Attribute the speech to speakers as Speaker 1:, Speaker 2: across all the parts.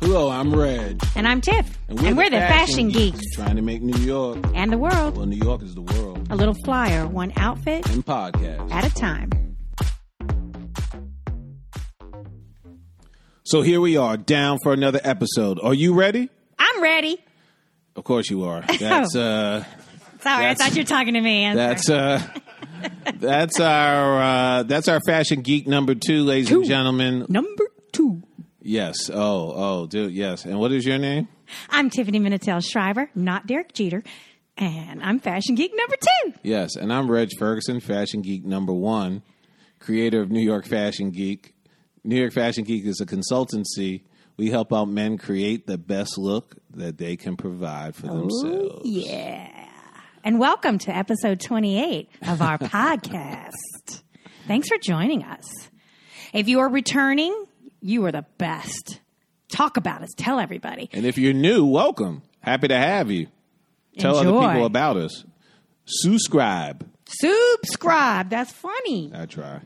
Speaker 1: Hello, I'm Reg.
Speaker 2: And I'm Tiff. And we're, the, fashion, geeks.
Speaker 1: Trying to make New York,
Speaker 2: and the world
Speaker 1: well, New York is the world,
Speaker 2: a little flyer, one outfit
Speaker 1: in podcast.
Speaker 2: at a time.
Speaker 1: So here we are, down for another episode. Are you ready?
Speaker 2: I'm ready.
Speaker 1: Of course you are. That's uh
Speaker 2: Sorry,
Speaker 1: That's-
Speaker 2: I thought you were talking to me. I'm
Speaker 1: that's
Speaker 2: sorry.
Speaker 1: uh that's our uh that's our fashion geek number 2, ladies and
Speaker 2: Two.
Speaker 1: gentlemen.
Speaker 2: number two.
Speaker 1: Yes. Oh, oh, dude, yes. And what is your name?
Speaker 2: I'm Tiffany Minatel Shriver, not Derek Jeter, and I'm fashion geek number two.
Speaker 1: Yes, and I'm Reg Ferguson, fashion geek number one, creator of New York Fashion Geek. New York Fashion Geek is a consultancy. We help out men create the best look that they can provide for themselves.
Speaker 2: Oh, Yeah. And welcome to episode 28 of our podcast. Thanks for joining us. If you are returning, you are the best. Talk about us. Tell everybody.
Speaker 1: And if you're new, welcome. Happy to have you. Tell
Speaker 2: Enjoy.
Speaker 1: other people about us. Subscribe.
Speaker 2: Subscribe. That's funny.
Speaker 1: I try.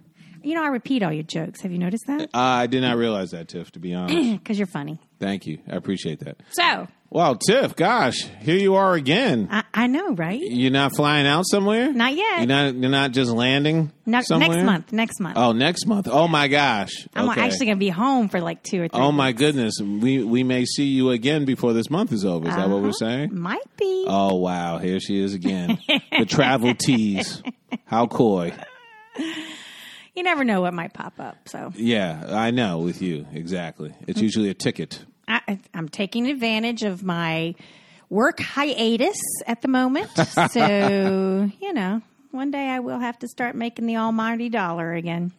Speaker 2: You know, I repeat all your jokes. Have you noticed that?
Speaker 1: I did not realize that, Tiff, to be honest.
Speaker 2: Because you're funny.
Speaker 1: Thank you. I appreciate that.
Speaker 2: So,
Speaker 1: Wow, Tiff, gosh, here you are again.
Speaker 2: I, I know, right?
Speaker 1: You're not flying out somewhere?
Speaker 2: Not yet.
Speaker 1: You're not, you're not just landing
Speaker 2: No,
Speaker 1: somewhere?
Speaker 2: next month. Next month.
Speaker 1: Oh, next month. Oh my gosh.
Speaker 2: I'm
Speaker 1: okay.
Speaker 2: actually going to be home for like two or three.
Speaker 1: Oh my goodness. We we may see you again before this month is over. Is that what
Speaker 2: Uh-huh.
Speaker 1: we're saying?
Speaker 2: Might be.
Speaker 1: Oh wow, here she is again. the travel tease. How coy.
Speaker 2: you never know what might pop up. So,
Speaker 1: Yeah, I know with you. Exactly. It's
Speaker 2: Mm.
Speaker 1: usually a ticket.
Speaker 2: I, I- I'm taking advantage of my work hiatus at the moment. so, you know, one day I will have to start making the almighty dollar again.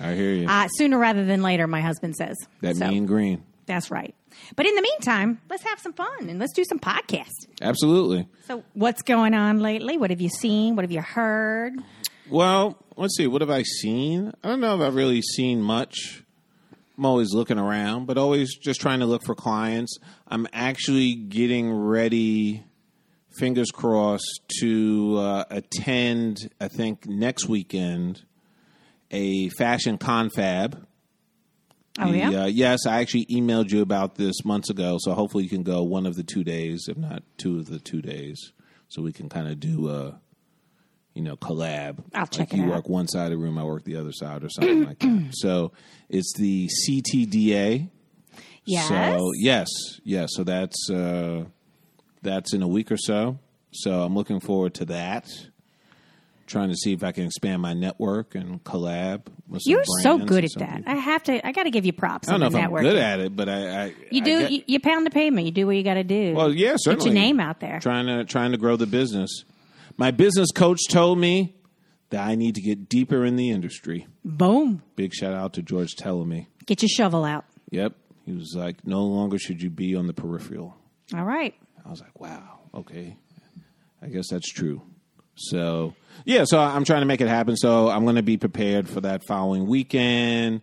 Speaker 1: I hear you.
Speaker 2: Uh, sooner rather than later, my husband says.
Speaker 1: that
Speaker 2: so,
Speaker 1: mean green.
Speaker 2: That's right. But in the meantime, let's have some fun and let's do some podcasting.
Speaker 1: Absolutely.
Speaker 2: So, what's going on lately? What have you seen? What have you heard?
Speaker 1: Well, let's see. What have I seen? I don't know if I've really seen much. I'm always looking around, but always just trying to look for clients. I'm actually getting ready, fingers crossed, to uh, attend, I think, next weekend, a fashion confab.
Speaker 2: Oh,
Speaker 1: The,
Speaker 2: yeah.
Speaker 1: uh, yes, I actually emailed you about this months ago, so hopefully you can go one of the two days, if not two of the two days, so we can kind of do uh, a, you know, collab.
Speaker 2: I'll
Speaker 1: like
Speaker 2: check it
Speaker 1: you
Speaker 2: out.
Speaker 1: work one side of the room, I work the other side, or something like that. So it's the CTDA.
Speaker 2: Yes.
Speaker 1: So yes, yes. So that's uh, that's in a week or so. So I'm looking forward to that. Trying to see if I can expand my network and collab. With some
Speaker 2: You're so
Speaker 1: brands and
Speaker 2: good at
Speaker 1: some
Speaker 2: that.
Speaker 1: people.
Speaker 2: I have to. I got to give you props.
Speaker 1: I don't know
Speaker 2: on
Speaker 1: if
Speaker 2: the
Speaker 1: I'm
Speaker 2: networking.
Speaker 1: good at it, but I, I
Speaker 2: You
Speaker 1: I
Speaker 2: do.
Speaker 1: get-
Speaker 2: you, you pound the pavement. You do what you got to do.
Speaker 1: well, yeah, certainly.
Speaker 2: Get your name out there.
Speaker 1: Trying to trying to grow the business. My business coach told me that I need to get deeper in the industry.
Speaker 2: Boom.
Speaker 1: Big shout out to George telling me.
Speaker 2: Get your shovel out.
Speaker 1: Yep, he was like, no longer should you be on the peripheral.
Speaker 2: All right.
Speaker 1: I was like, wow, okay. I guess that's true. So, yeah, so I'm trying to make it happen. So, I'm going to be prepared for that following weekend.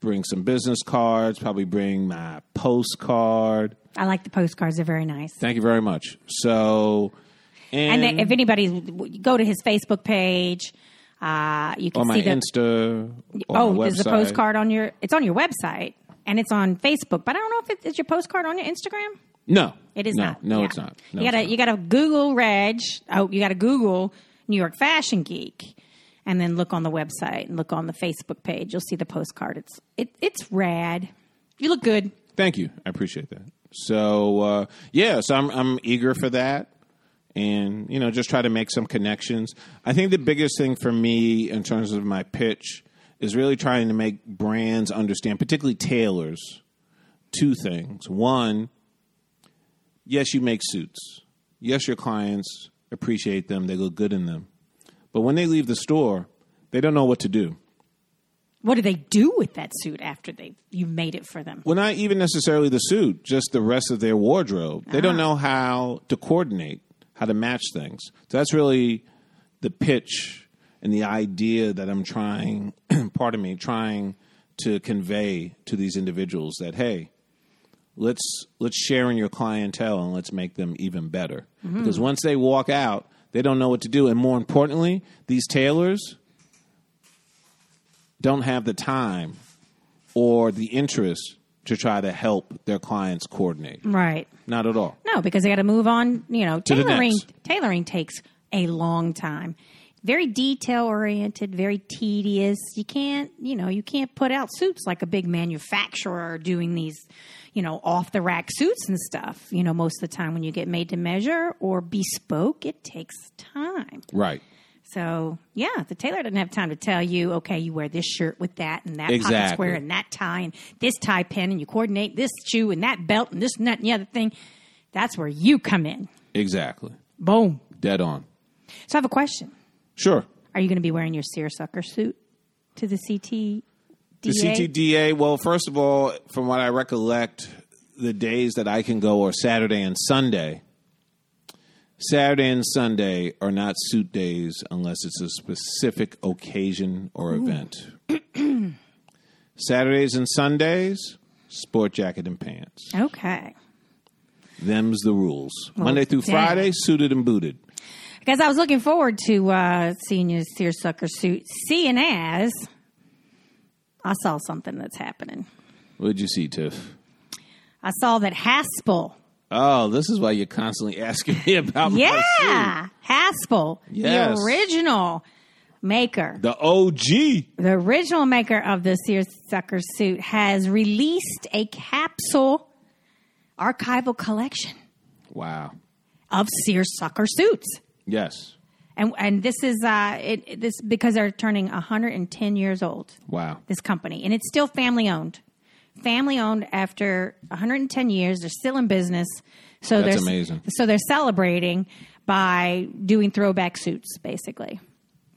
Speaker 1: Bring some business cards, probably bring my postcard.
Speaker 2: I like the postcards. They're very nice.
Speaker 1: Thank you very much. So, and,
Speaker 2: And they, if anybody go to his Facebook page, uh, you can
Speaker 1: on my
Speaker 2: see the
Speaker 1: Insta, on
Speaker 2: oh,
Speaker 1: my
Speaker 2: there's a
Speaker 1: website.
Speaker 2: postcard on your. It's on your website and it's on Facebook, but I don't know if it, is your postcard on your Instagram.
Speaker 1: No,
Speaker 2: It is
Speaker 1: no,
Speaker 2: not.
Speaker 1: No,
Speaker 2: Yeah.
Speaker 1: it's not. No,
Speaker 2: you gotta
Speaker 1: it's not.
Speaker 2: you gotta Google Reg. Oh, you gotta Google New York Fashion Geek, and then look on the website and look on the Facebook page. You'll see the postcard. It's it, it's rad. You look good.
Speaker 1: Thank you. I appreciate that. So uh, yeah, so I'm I'm eager for that, and you know, just try to make some connections. I think the biggest thing for me in terms of my pitch is really trying to make brands understand, particularly tailors, two things. One, yes, you make suits. Yes, your clients appreciate them; they look good in them. But when they leave the store, they don't know what to do.
Speaker 2: What do they do with that suit after they you made it for them?
Speaker 1: Well, not even necessarily the suit, just the rest of their wardrobe. They don't know how to coordinate, how to match things. So that's really the pitch and the idea that I'm trying, pardon me, trying to convey to these individuals that hey, let's let's share in your clientele and let's make them even better. Because once they walk out, they don't know what to do, and more importantly, these tailors don't have the time or the interest to try to help their clients coordinate.
Speaker 2: Right.
Speaker 1: Not at all.
Speaker 2: No, because they got to move on. You know,
Speaker 1: the
Speaker 2: tailoring
Speaker 1: next.
Speaker 2: tailoring takes a long time. Very detail oriented, very tedious. You can't, you know, you can't put out suits like a big manufacturer doing these, you know, off the rack suits and stuff. You know, most of the time when you get made to measure or bespoke, it takes time.
Speaker 1: Right.
Speaker 2: So yeah, the tailor doesn't have time to tell you, okay, you wear this shirt with that and that pocket
Speaker 1: Exactly.
Speaker 2: square and that tie and this tie pin and you coordinate this shoe and that belt and this and that and the other thing. That's where you come in.
Speaker 1: Exactly.
Speaker 2: Boom.
Speaker 1: Dead on.
Speaker 2: So I have a question.
Speaker 1: Sure.
Speaker 2: Are you going to be wearing your seersucker suit to the CT?
Speaker 1: The CTDA, well, first of all, from what I recollect, the days that I can go are Saturday and Sunday. Saturday and Sunday are not suit days unless it's a specific occasion or event. Saturdays and Sundays, sport jacket and pants.
Speaker 2: Okay.
Speaker 1: Them's the rules. Monday through
Speaker 2: dang.
Speaker 1: Friday, suited and booted.
Speaker 2: Because I was looking forward to uh, seeing your seersucker suit. Seeing as I saw something that's happening.
Speaker 1: What'd you see, Tiff?
Speaker 2: I saw that Haspel
Speaker 1: Oh, this is why you're constantly asking me about my suit.
Speaker 2: Yeah, Haspel,
Speaker 1: Yes.
Speaker 2: the original maker,
Speaker 1: The OG.
Speaker 2: the original maker of the seersucker suit, has released a capsule archival collection
Speaker 1: Wow.
Speaker 2: of seersucker suits.
Speaker 1: Yes.
Speaker 2: And, and this is uh, it, it- this because they're turning 110 years old.
Speaker 1: Wow.
Speaker 2: This company, and it's still family owned. Family owned after 110 years, they're still in business. So
Speaker 1: That's
Speaker 2: they're
Speaker 1: amazing.
Speaker 2: So they're celebrating by doing throwback suits, basically.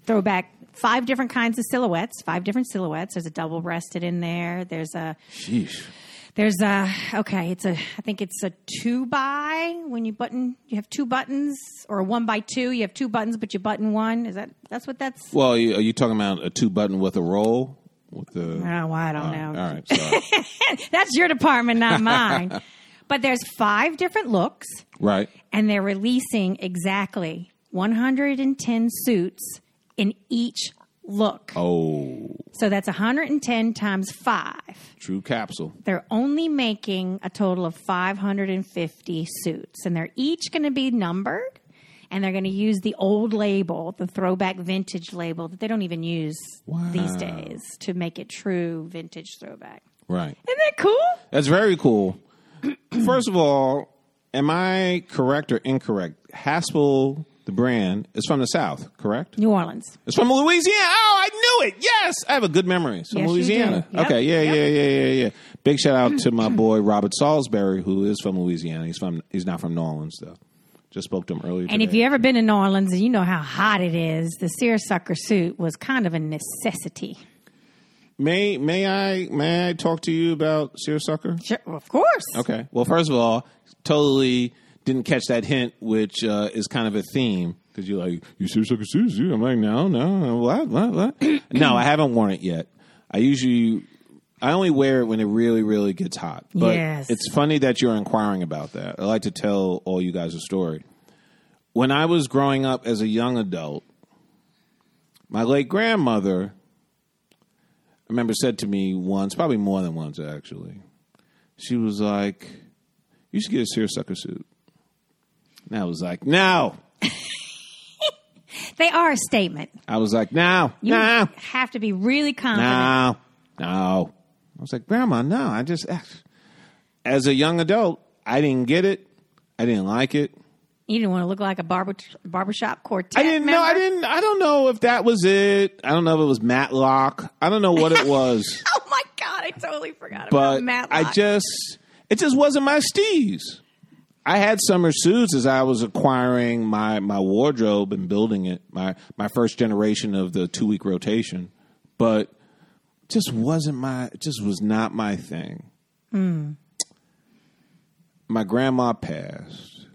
Speaker 2: Throwback five different kinds of silhouettes, five different silhouettes. There's a double breasted in there. There's a
Speaker 1: Sheesh.
Speaker 2: there's a okay. It's a I think it's a two by when you button you have two buttons or a one by two. You have two buttons, but you button one. Is that that's what that's
Speaker 1: Well, are you, are you talking about a two button with a roll? With the uh,
Speaker 2: Oh, I don't
Speaker 1: all
Speaker 2: know.
Speaker 1: right, sorry.
Speaker 2: That's your department, not mine. but there's five different looks,
Speaker 1: right.
Speaker 2: and they're releasing exactly 110 suits in each look.
Speaker 1: Oh,
Speaker 2: So that's 110 times five.
Speaker 1: true capsule.
Speaker 2: They're only making a total of 550 suits, and they're each going to be numbered. And they're going to use the old label, the throwback vintage label that they don't even use these
Speaker 1: Wow.
Speaker 2: days to make it true vintage throwback.
Speaker 1: Right.
Speaker 2: Isn't that cool?
Speaker 1: That's very cool. First of all, am I correct or incorrect? Haspel, the brand, is from the South, correct?
Speaker 2: New Orleans.
Speaker 1: It's from Louisiana. Oh, I knew it. Yes, I have a good memory. It's from
Speaker 2: Yes, you
Speaker 1: Louisiana.
Speaker 2: do. Yep.
Speaker 1: Okay, yeah,
Speaker 2: Yep.
Speaker 1: yeah, yeah, yeah, yeah. Big shout out to my boy Robert Salisbury, who is from Louisiana. He's from. He's not from New Orleans though. Just spoke to him earlier.
Speaker 2: And if you ever been to New Orleans and you know how hot it is, the seersucker suit was kind of a necessity.
Speaker 1: may may I may I talk to you about seersucker?
Speaker 2: Sure, of course.
Speaker 1: Okay. Well, first of all, totally didn't catch that hint, which uh, is kind of a theme because you're like, you seersucker suits? you?" I'm like, no, no, what, what, what? no, I haven't worn it yet. I usually, I only wear it when it really, really gets hot. But
Speaker 2: Yes.
Speaker 1: it's funny that you're inquiring about that. I like to tell all you guys a story. When I was growing up as a young adult, my late grandmother, I remember, said to me once, probably more than once actually, she was like, You should get a seersucker suit. And I was like, No.
Speaker 2: They are a statement.
Speaker 1: I was like, No,
Speaker 2: You
Speaker 1: no,
Speaker 2: have to be really confident.
Speaker 1: no, no. I was like, Grandma, no. I just, eh." as a young adult, I didn't get it. I didn't like it.
Speaker 2: You didn't want to look like a barber barbershop quartet.
Speaker 1: I didn't know. I
Speaker 2: member.
Speaker 1: didn't. I don't know if that was it. I don't know if it was Matlock. I don't know what it was.
Speaker 2: Oh my god! I totally forgot
Speaker 1: but
Speaker 2: about Matlock.
Speaker 1: I just it just wasn't my steez. I had summer suits as I was acquiring my my wardrobe and building it my my first generation of the two week rotation, but just wasn't my it just was not my thing. My grandma passed,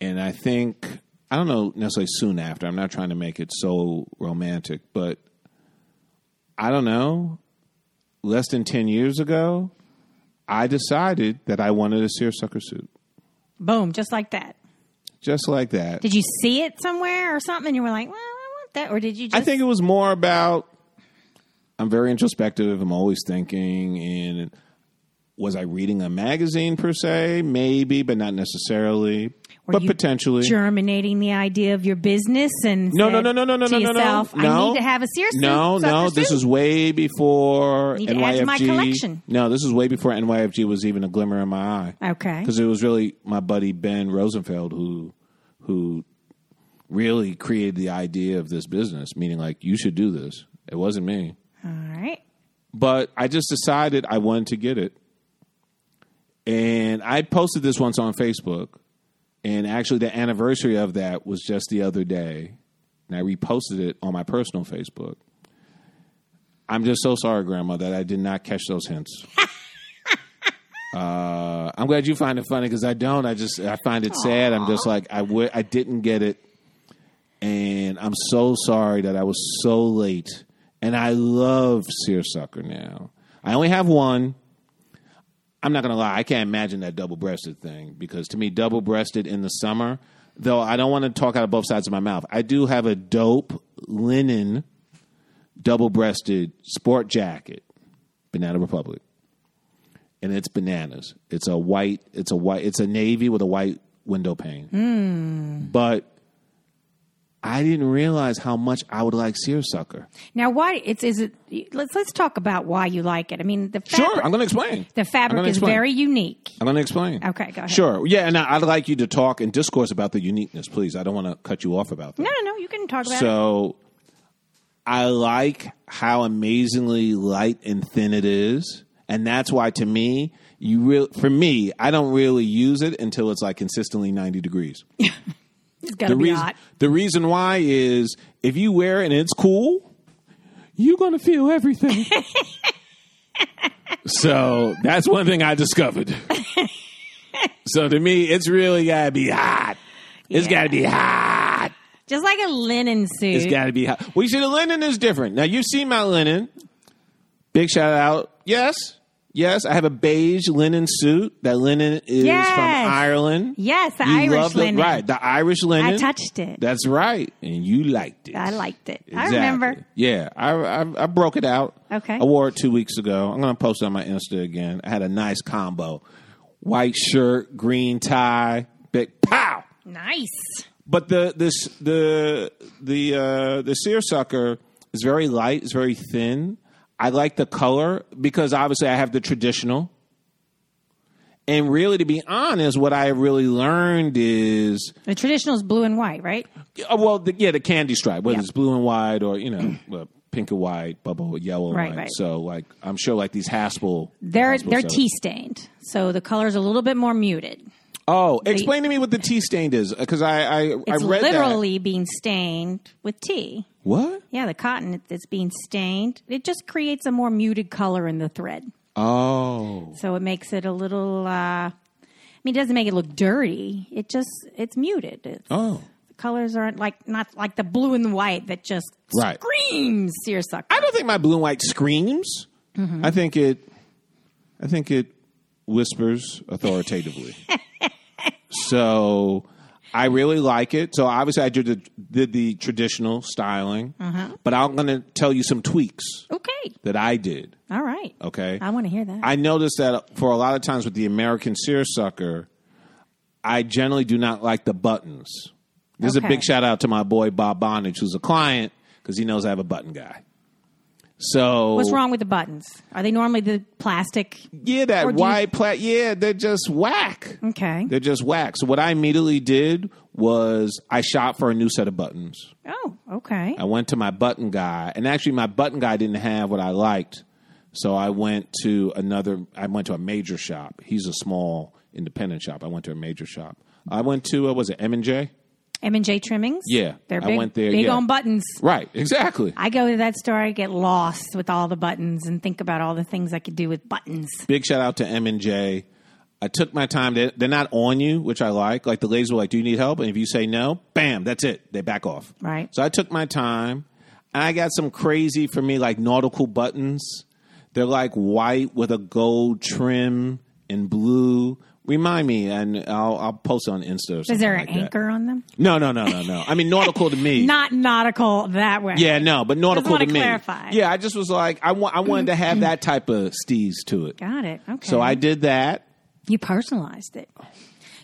Speaker 1: and I think I don't know necessarily soon after. I'm not trying to make it so romantic, but I don't know less than 10 years ago, I decided that I wanted a seersucker suit.
Speaker 2: Boom! Just like that.
Speaker 1: Just like that.
Speaker 2: Did you see it somewhere or something? And you were like, "Well, I want that," or did you just?
Speaker 1: I think it was more about I'm very introspective, I'm always thinking, and was I reading a magazine per se? Maybe, but not necessarily.
Speaker 2: Were
Speaker 1: but
Speaker 2: you
Speaker 1: potentially.
Speaker 2: germinating the idea of your business and
Speaker 1: No,
Speaker 2: said
Speaker 1: no, no, no, no, no,
Speaker 2: to
Speaker 1: no, no, no,
Speaker 2: yourself, I
Speaker 1: no.
Speaker 2: need to have a Sears
Speaker 1: No,
Speaker 2: suit,
Speaker 1: no.
Speaker 2: sucker
Speaker 1: This
Speaker 2: suit."
Speaker 1: is way before
Speaker 2: Need to add
Speaker 1: NYFG.
Speaker 2: to my collection.
Speaker 1: No, this is way before NYFG was even a glimmer in my eye.
Speaker 2: okay.
Speaker 1: because it was really my buddy Ben Rosenfeld who who really created the idea of this business, meaning like you should do this. It wasn't me,
Speaker 2: All right.
Speaker 1: but I just decided I wanted to get it, and I posted this once on Facebook, and actually the anniversary of that was just the other day, and I reposted it on my personal Facebook. I'm just so sorry, Grandma, that I did not catch those hints. Uh, I'm glad you find it funny because I don't. I just I find it sad. I'm just like I w- I didn't get it, and I'm so sorry that I was so late. And I love seersucker now. I only have one. I'm not gonna lie. I can't imagine that double breasted thing because to me, double breasted in the summer. Though I don't want to talk out of both sides of my mouth. I do have a dope linen double breasted sport jacket, Banana Republic and it's bananas. It's a white. It's a white. It's a navy with a white window pane. But I didn't realize how much I would like seersucker.
Speaker 2: Now, why it's is it? Let's let's talk about why you like it. I mean, the fabric,
Speaker 1: Sure, I'm going to explain.
Speaker 2: the
Speaker 1: I'm
Speaker 2: fabric
Speaker 1: gonna
Speaker 2: is
Speaker 1: explain.
Speaker 2: very unique.
Speaker 1: I'm going to explain.
Speaker 2: Okay, go ahead.
Speaker 1: Sure. Yeah, and I- I'd like you to talk and discourse about the uniqueness, please. I don't want to cut you off about that.
Speaker 2: No, no, no. You can talk about it.
Speaker 1: So I like how amazingly light and thin it is, and that's why to me, you real for me, I don't really use it until it's like consistently ninety degrees.
Speaker 2: It's got to be
Speaker 1: reason
Speaker 2: hot.
Speaker 1: the reason why is if you wear it and it's cool, you're gonna feel everything. so that's one thing I discovered. so to me, it's really gotta be hot. It's
Speaker 2: Yeah.
Speaker 1: gotta be hot.
Speaker 2: Just like a linen suit.
Speaker 1: It's got to be hot. Well, you see, the linen is different. Now, you've seen my linen. Big shout out. Yes. Yes. I have a beige linen suit. That linen is
Speaker 2: Yes.
Speaker 1: from Ireland.
Speaker 2: yes, the
Speaker 1: You
Speaker 2: Irish
Speaker 1: love the-
Speaker 2: linen.
Speaker 1: right. The Irish linen.
Speaker 2: I touched it.
Speaker 1: That's right. And you liked it.
Speaker 2: I liked it.
Speaker 1: Exactly.
Speaker 2: I remember.
Speaker 1: Yeah, I, I I broke it out.
Speaker 2: Okay.
Speaker 1: I wore it two weeks ago. I'm gonna post it on my Insta again. I had a nice combo: white shirt, green tie, big pow.
Speaker 2: Nice.
Speaker 1: But the this the the uh, the seersucker is very light. It's very thin. I like the color because obviously I have the traditional. And really, to be honest, what I really learned is
Speaker 2: The traditional is blue and white, right?
Speaker 1: uh, well, the, yeah, the candy stripe, whether
Speaker 2: Yeah.
Speaker 1: it's blue and white or you know well, pink and white, bubble yellow and
Speaker 2: Right,
Speaker 1: white.
Speaker 2: right.
Speaker 1: So like I'm sure like these Haspel
Speaker 2: They're
Speaker 1: Haspel
Speaker 2: they're
Speaker 1: sellers-
Speaker 2: tea stained, so the color's a little bit more muted.
Speaker 1: Oh, explain to me what the tea stained is because I I, I
Speaker 2: It's
Speaker 1: read that.
Speaker 2: literally being stained with tea.
Speaker 1: what.
Speaker 2: Yeah, the cotton that's being stained, it just creates a more muted color in the thread.
Speaker 1: Oh,
Speaker 2: So it makes it a little. Uh, I mean, it doesn't make it look dirty. It just it's muted. It's,
Speaker 1: oh.
Speaker 2: The colors aren't like not like the blue and white that just
Speaker 1: Right.
Speaker 2: screams seersucker.
Speaker 1: I don't think my blue and white screams. I think it. I think it whispers authoritatively. so I really like it. So obviously I did the, did the traditional styling, but I'm going to tell you some tweaks
Speaker 2: okay,
Speaker 1: that I did.
Speaker 2: all right.
Speaker 1: Okay,
Speaker 2: I want to hear that.
Speaker 1: I noticed that for a lot of times with the American seersucker, I generally do not like the buttons. This is a
Speaker 2: Okay.
Speaker 1: big shout out to my boy Bob Bondage, who's a client because he knows I have a button guy. So
Speaker 2: What's wrong with the buttons? Are they normally the plastic?
Speaker 1: Yeah, that
Speaker 2: Or do you-
Speaker 1: wide plat. Yeah, they're just whack.
Speaker 2: Okay.
Speaker 1: They're just whack. So what I immediately did was I shot for a new set of buttons.
Speaker 2: Oh, okay.
Speaker 1: I went to my button guy, and actually, my button guy didn't have what I liked, so I went to another. I went to a major shop. He's a small independent shop. I went to a major shop. I went to uh, was it M and J?
Speaker 2: M and J trimmings.
Speaker 1: Yeah,
Speaker 2: they're
Speaker 1: I
Speaker 2: big.
Speaker 1: went there,
Speaker 2: big
Speaker 1: yeah.
Speaker 2: on buttons.
Speaker 1: Right, exactly.
Speaker 2: I go to that store, I get lost with all the buttons and think about all the things I could do with buttons.
Speaker 1: Big shout out to M and J. I took my time. They- They're not on you, which I like. Like the ladies were like, "Do you need help?" And if you say no, bam, that's it. They back off.
Speaker 2: Right.
Speaker 1: So I took my time, and I got some crazy for me like nautical buttons. They're like white with a gold trim and blue Remind me, and I'll, I'll post on Insta. Or
Speaker 2: Is there an
Speaker 1: like that.
Speaker 2: anchor on them?
Speaker 1: No, no, no, no, no. I mean, nautical to me.
Speaker 2: Not nautical that way.
Speaker 1: yeah, no, but nautical
Speaker 2: wanna
Speaker 1: to me.
Speaker 2: clarify.
Speaker 1: Yeah, I just was like, I want, I wanted to have that type of steez to it.
Speaker 2: Got it. Okay.
Speaker 1: So I did that.
Speaker 2: you personalized it.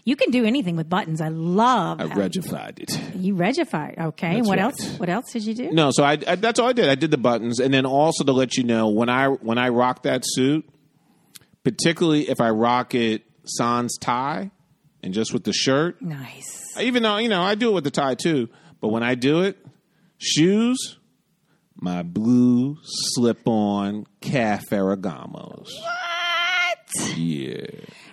Speaker 2: You can do anything with buttons. I love.
Speaker 1: I
Speaker 2: how-
Speaker 1: regified it.
Speaker 2: You regified. Okay.
Speaker 1: That's
Speaker 2: what
Speaker 1: right.
Speaker 2: else? What else did you do?
Speaker 1: No, so I, I that's all I did. I did the buttons, and then also to let you know when I when I rock that suit, particularly if I rock it sans tie and just with the shirt.
Speaker 2: Nice.
Speaker 1: Even though you know I do it with the tie too, but when I do it, shoes, my blue slip on calf Ferragamos.
Speaker 2: What?
Speaker 1: Yeah,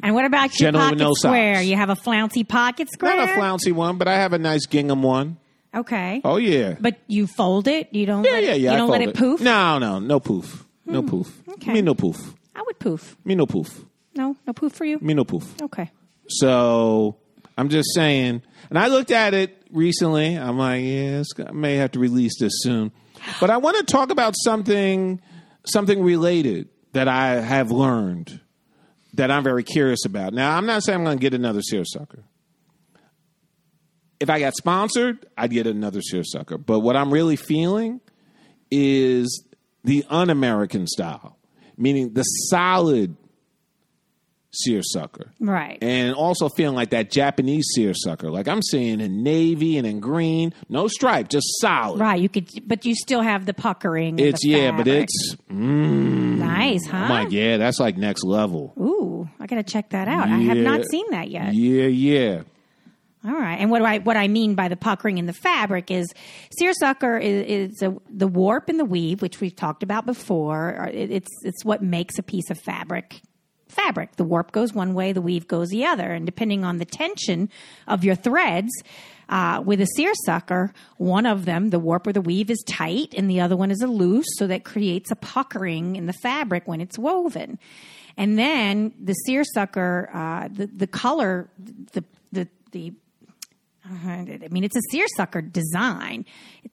Speaker 2: And what about your
Speaker 1: Gentleman
Speaker 2: pocket
Speaker 1: with no
Speaker 2: square?
Speaker 1: socks.
Speaker 2: You have a flouncy pocket square.
Speaker 1: not a flouncy one, but I have a nice gingham one.
Speaker 2: Okay.
Speaker 1: Oh yeah,
Speaker 2: But you fold it. You don't.
Speaker 1: yeah,
Speaker 2: let it,
Speaker 1: yeah, yeah.
Speaker 2: You
Speaker 1: I
Speaker 2: don't let
Speaker 1: fold
Speaker 2: it, poof. Hmm.
Speaker 1: No, no, no poof, no poof.
Speaker 2: okay.
Speaker 1: Me no poof.
Speaker 2: I would poof.
Speaker 1: Me no poof.
Speaker 2: No, no poof for you.
Speaker 1: Me no poof.
Speaker 2: Okay.
Speaker 1: So I'm just saying. And I looked at it recently. I'm like, yeah, it's, I may have to release this soon. But I want to talk about something, something related that I have learned that I'm very curious about. Now, I'm not saying I'm going to get another seersucker. If I got sponsored, I'd get another seersucker. But what I'm really feeling is the un-American style, meaning the solid seersucker
Speaker 2: Right.
Speaker 1: and also feeling like that Japanese seersucker. Like I'm seeing in navy and in green, no stripe, just solid.
Speaker 2: right. You could, but you still have the puckering. and
Speaker 1: It's
Speaker 2: the
Speaker 1: yeah, but
Speaker 2: fabric.
Speaker 1: it's
Speaker 2: nice, huh?
Speaker 1: I'm like yeah, that's like next level.
Speaker 2: Ooh, I gotta check that out. I have
Speaker 1: Yeah.
Speaker 2: not seen that yet.
Speaker 1: Yeah, yeah,
Speaker 2: All right. And what do I what I mean by the puckering in the fabric is seersucker is, is a, the warp and the weave, which we've talked about before. Or It, it's it's what makes a piece of fabric fabric. The warp goes one way, the weave goes the other, and depending on the tension of your threads. Uh, with a seersucker, one of them, the warp or the weave, is tight and the other one is a loose, so that creates a puckering in the fabric when it's woven. And then the seersucker, uh, the, the color, the, the, the I mean, it's a seersucker design.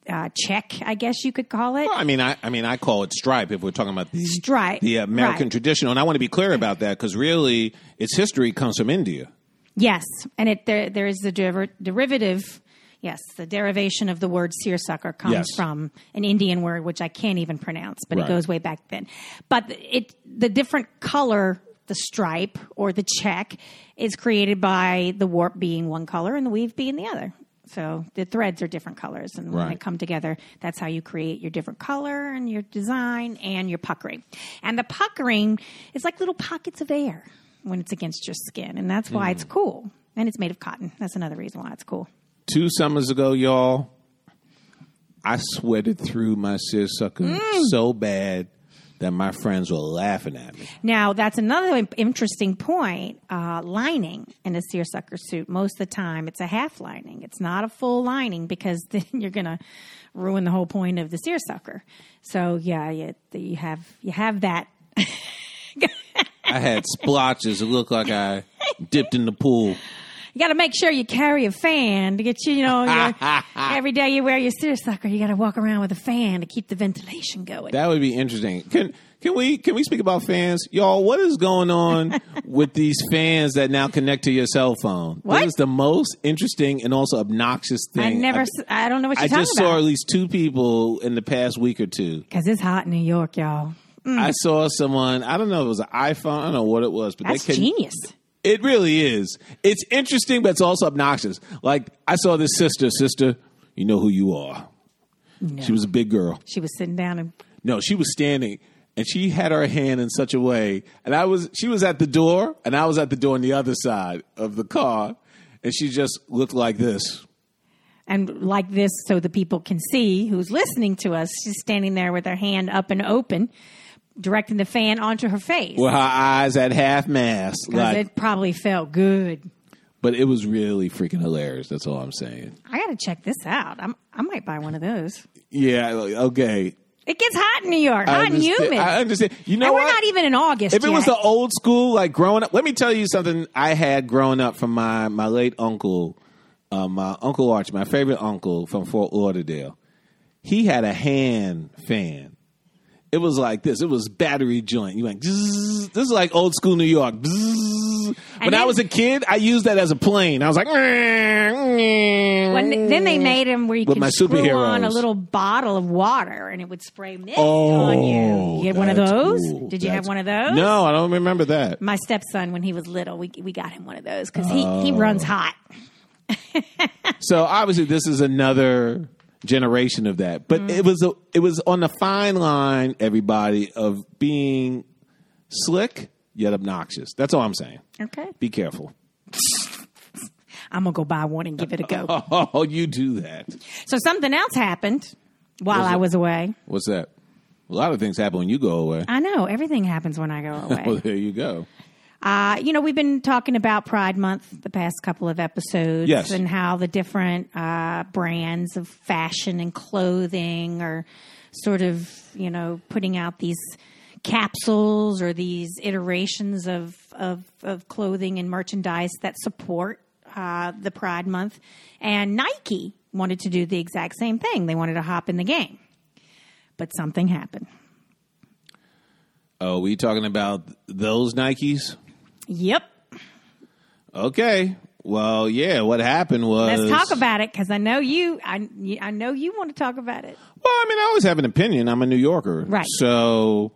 Speaker 2: Uh, check, I guess you could call it.
Speaker 1: Well, I mean, I, I mean, I call it stripe if we're talking about the
Speaker 2: Stripe,
Speaker 1: the American
Speaker 2: right.
Speaker 1: traditional. And I want to be clear about that because really, its history comes from India.
Speaker 2: Yes, and it there there is the deriv- derivative. Yes, the derivation of the word seersucker comes
Speaker 1: Yes.
Speaker 2: from an Indian word which I can't even pronounce, but
Speaker 1: Right.
Speaker 2: it goes way back then. But it the different color, the stripe or the check, is created by the warp being one color and the weave being the other. So the threads are different colors, and when they
Speaker 1: Right.
Speaker 2: come together, that's how you create your different color and your design and your puckering. And the puckering is like little pockets of air when it's against your skin, and that's why it's cool. And it's made of cotton. That's another reason why it's cool.
Speaker 1: Two summers ago, y'all, I sweated through my seersucker
Speaker 2: Mm.
Speaker 1: so bad that my friends were laughing at me.
Speaker 2: Now, that's another im- interesting point. Uh, lining in a seersucker suit, most of the time, it's a half lining. It's not a full lining because then you're going to ruin the whole point of the seersucker. So, yeah, you, you have you have that.
Speaker 1: I had splotches. It looked like I dipped in the pool.
Speaker 2: You got to make sure you carry a fan to get you, you know, your, every day you wear your seersucker, you got to walk around with a fan to keep the ventilation going.
Speaker 1: That would be interesting. Can can we can we speak about fans, y'all? What is going on with these fans that now connect to your cell phone?
Speaker 2: What?
Speaker 1: That is the most interesting and also obnoxious thing.
Speaker 2: I never,
Speaker 1: I,
Speaker 2: s I don't know what
Speaker 1: I
Speaker 2: you're talking
Speaker 1: just saw at
Speaker 2: about.
Speaker 1: least two people in the past week or two.
Speaker 2: Because it's hot in New York, y'all.
Speaker 1: I saw someone. I don't know if it was an iPhone. I don't know what it was, but
Speaker 2: That's
Speaker 1: they can.
Speaker 2: genius.
Speaker 1: It really is. It's interesting, but it's also obnoxious. Like I saw this sister. Sister, you know who you are. She was a big girl.
Speaker 2: She was sitting down and
Speaker 1: No, she was standing and she had her hand in such a way and I was she was at the door and I was at the door on the other side of the car and she just looked like this.
Speaker 2: and like this so the people can see who's listening to us. She's standing there with her hand up and open, directing the fan onto her face.
Speaker 1: With her eyes at half mast.
Speaker 2: 'Cause
Speaker 1: Like
Speaker 2: it probably felt good.
Speaker 1: but it was really freaking hilarious, that's all I'm saying.
Speaker 2: I got to check this out. I'm, I might buy one of those.
Speaker 1: Yeah, like, okay.
Speaker 2: It gets hot in New York,
Speaker 1: I
Speaker 2: hot and
Speaker 1: understand-
Speaker 2: humid.
Speaker 1: I understand. You know
Speaker 2: and we're
Speaker 1: what?
Speaker 2: not even in August.
Speaker 1: if it was
Speaker 2: yet.
Speaker 1: the old school, like growing up, let me tell you something I had growing up from my, my late uncle, uh, my uncle Arch, my favorite uncle from Fort Lauderdale. He had a hand fan. It was like this. It was battery joint. You went. Zzzz. This is like old school New York. Bzzz. was when I
Speaker 2: then-
Speaker 1: was a kid. I used that as a plane. I was like,
Speaker 2: When th- then they made them where you
Speaker 1: With
Speaker 2: could
Speaker 1: my
Speaker 2: screw on a
Speaker 1: superheroes.
Speaker 2: little bottle of water and it would spray mist on you.
Speaker 1: oh,
Speaker 2: You had one of
Speaker 1: that's
Speaker 2: those?
Speaker 1: cool.
Speaker 2: Did you have
Speaker 1: That's-
Speaker 2: one of those?
Speaker 1: No, I don't remember that.
Speaker 2: My stepson, when he was little, we we got him one of those because he,
Speaker 1: Oh.
Speaker 2: he runs hot.
Speaker 1: So obviously, this is another generation of that. But
Speaker 2: Mm.
Speaker 1: it was a, it was on the fine line, everybody, of being slick yet obnoxious. That's all I'm saying.
Speaker 2: Okay.
Speaker 1: Be careful.
Speaker 2: I'm going to go buy one and give it a go.
Speaker 1: Oh, you do that.
Speaker 2: so something else happened while
Speaker 1: Was
Speaker 2: I
Speaker 1: it-
Speaker 2: was away.
Speaker 1: What's that? A lot of things happen when you go away.
Speaker 2: I know. Everything happens when I go away.
Speaker 1: Well, there you go.
Speaker 2: Uh, you know, we've been talking about Pride Month the past couple of episodes
Speaker 1: Yes.
Speaker 2: and how the different uh, brands of fashion and clothing are sort of, you know, putting out these capsules or these iterations of, of, of clothing and merchandise that support uh, the Pride Month. And Nike wanted to do the exact same thing, they wanted to hop in the game. But something happened.
Speaker 1: Oh, we talking about those Nikes?
Speaker 2: Yep.
Speaker 1: Okay. Well, yeah. What happened was
Speaker 2: Let's talk about it because I know you. I I know you want to talk about it.
Speaker 1: Well, I mean, I always have an opinion. I'm a New Yorker.
Speaker 2: Right.
Speaker 1: So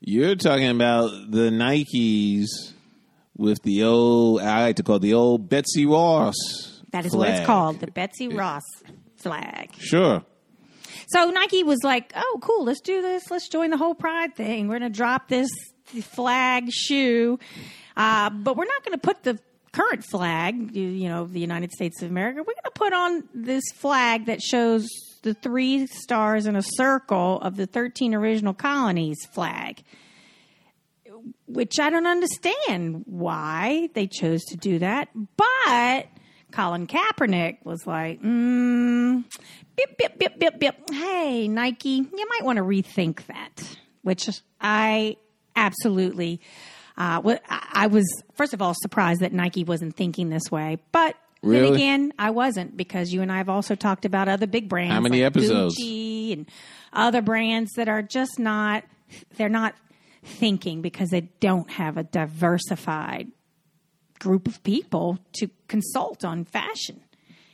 Speaker 1: you're talking about the Nikes with the old, I like to call it the old Betsy Ross.
Speaker 2: That is what it's
Speaker 1: flag.
Speaker 2: called, the Betsy Ross flag.
Speaker 1: Sure.
Speaker 2: So Nike was like, "Oh, cool, let's do this. Let's join the whole Pride thing. We're going to drop this flag shoe, uh, but we're not going to put the." Current flag, you, you know, of the United States of America, we're going to put on this flag that shows the three stars in a circle of the 13 original colonies flag. which I don't understand why they chose to do that. But Colin Kaepernick was like, mm, bip, bip, bip, bip, bip. Hey, Nike, you might want to rethink that, which I absolutely. Uh, wa- I I was first of all surprised that Nike wasn't thinking this way, but then
Speaker 1: Really?
Speaker 2: again, I wasn't because you and I have also talked about other big brands,
Speaker 1: How many
Speaker 2: like
Speaker 1: episodes?
Speaker 2: Gucci and other brands that are just not they're not thinking because they don't have a diversified group of people to consult on fashion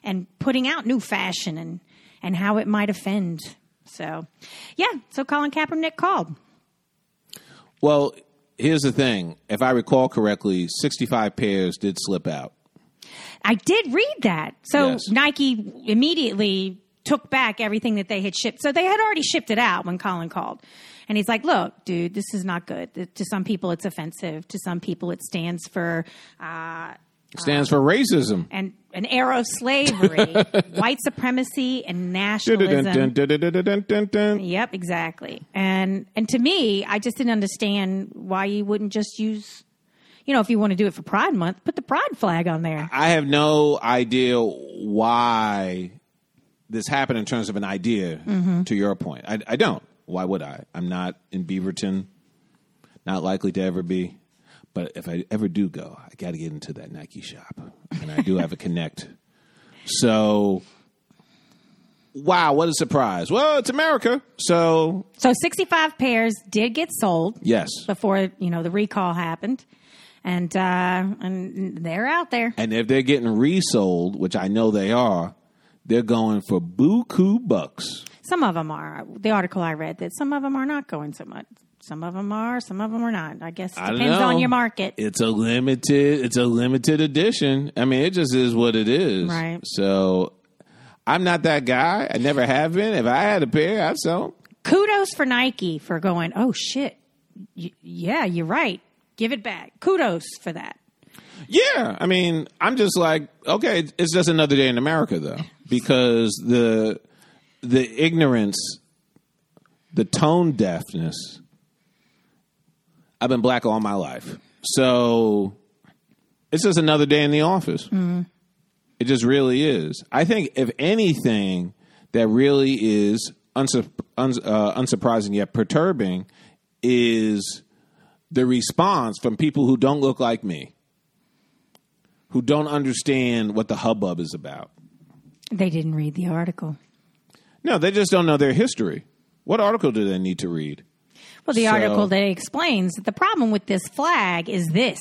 Speaker 2: and putting out new fashion and and how it might offend. So, yeah, so Colin Kaepernick called.
Speaker 1: Well, here's the thing. If I recall correctly, 65 pairs did slip out.
Speaker 2: I did read that. So
Speaker 1: Yes.
Speaker 2: Nike immediately took back everything that they had shipped. So they had already shipped it out when Colin called. And he's like, look, dude, this is not good. Th- To some people, it's offensive. To some people, it stands for uh,
Speaker 1: It stands for racism.
Speaker 2: an, an era of slavery, white supremacy, and nationalism.
Speaker 1: Dun-dun-dun-dun-dun-dun-dun.
Speaker 2: Yep, exactly. And and to me, I just didn't understand why you wouldn't just use, you know, if you want to do it for Pride Month, put the Pride flag on there.
Speaker 1: I have no idea why this happened in terms of an idea. To your point, I, I don't. Why would I? I'm not in Beaverton. Not likely to ever be. But if I ever do go, I got to get into that Nike shop, and I do have a connect. So, wow, what a surprise! Well, it's America, so
Speaker 2: So 65 pairs did get sold.
Speaker 1: yes.
Speaker 2: before you know the recall happened, and uh, and they're out there.
Speaker 1: And if they're getting resold, which I know they are, they're going for buku bucks.
Speaker 2: Some of them are. The article I read that some of them are not going so much. Some of them are. Some of them are not. I guess it
Speaker 1: I don't
Speaker 2: depends
Speaker 1: know.
Speaker 2: on your market.
Speaker 1: It's a limited. It's a limited edition. I mean, it just is what it is.
Speaker 2: Right.
Speaker 1: So, I'm not that guy. I never have been. If I had a pair, I'd sell. 'em.
Speaker 2: Kudos for Nike for going. Oh shit! Y- yeah, you're right. Give it back. Kudos for that.
Speaker 1: Yeah. I mean, I'm just like, okay, it's just another day in America, though, because the the ignorance, the tone deafness. I've been black all my life, so it's just another day in the office. It just really is. I think, if anything, that really is unsur- uns- uh, unsurprising yet perturbing is the response from people who don't look like me, who don't understand what the hubbub is about.
Speaker 2: They didn't read the article.
Speaker 1: No, they just don't know their history. What article do they need to read?
Speaker 2: Well, the
Speaker 1: So-
Speaker 2: article that explains that the problem with this flag is this.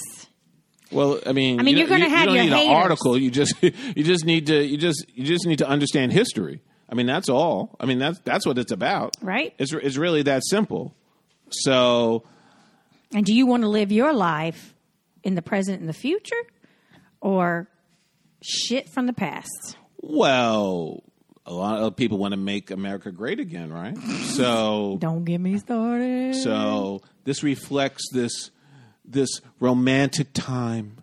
Speaker 1: Well, I mean,
Speaker 2: I mean,
Speaker 1: you
Speaker 2: you're
Speaker 1: you-
Speaker 2: gonna
Speaker 1: you
Speaker 2: have
Speaker 1: don't
Speaker 2: your
Speaker 1: need
Speaker 2: haters.
Speaker 1: an article. You just you just need to you just you just need to understand history. I mean, that's all. I mean, that's that's what it's about,
Speaker 2: Right.
Speaker 1: It's it's really that simple. So
Speaker 2: And do you want to live your life in the present and the future or shit from the past?
Speaker 1: Well, a lot of people want to make America great again, right? So,
Speaker 2: Don't get me started.
Speaker 1: so this reflects this this romantic time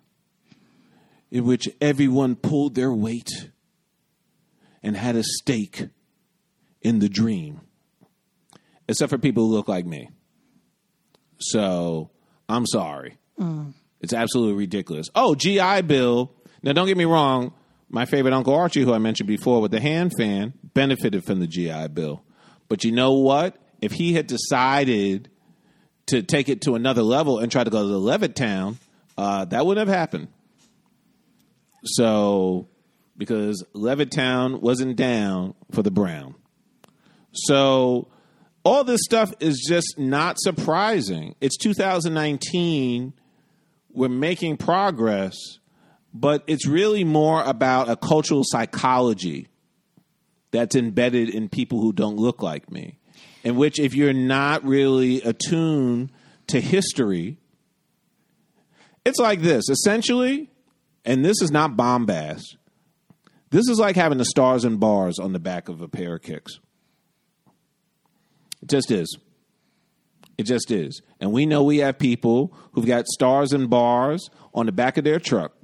Speaker 1: in which everyone pulled their weight and had a stake in the dream, except for people who look like me. So, I'm sorry. It's absolutely ridiculous. Oh, GI Bill. Now, don't get me wrong. My favorite Uncle Archie, who I mentioned before with the hand fan, benefited from the GI Bill. But you know what? If he had decided to take it to another level and try to go to Levittown, uh, that wouldn't have happened. So, because Levittown wasn't down for the Brown. So, all this stuff is just not surprising. It's 2019 we're making progress, but it's really more about a cultural psychology that's embedded in people who don't look like me. In which, if you're not really attuned to history, it's like this essentially, and this is not bombast. This is like having the stars and bars on the back of a pair of kicks. It just is. It just is. And we know we have people who've got stars and bars on the back of their truck.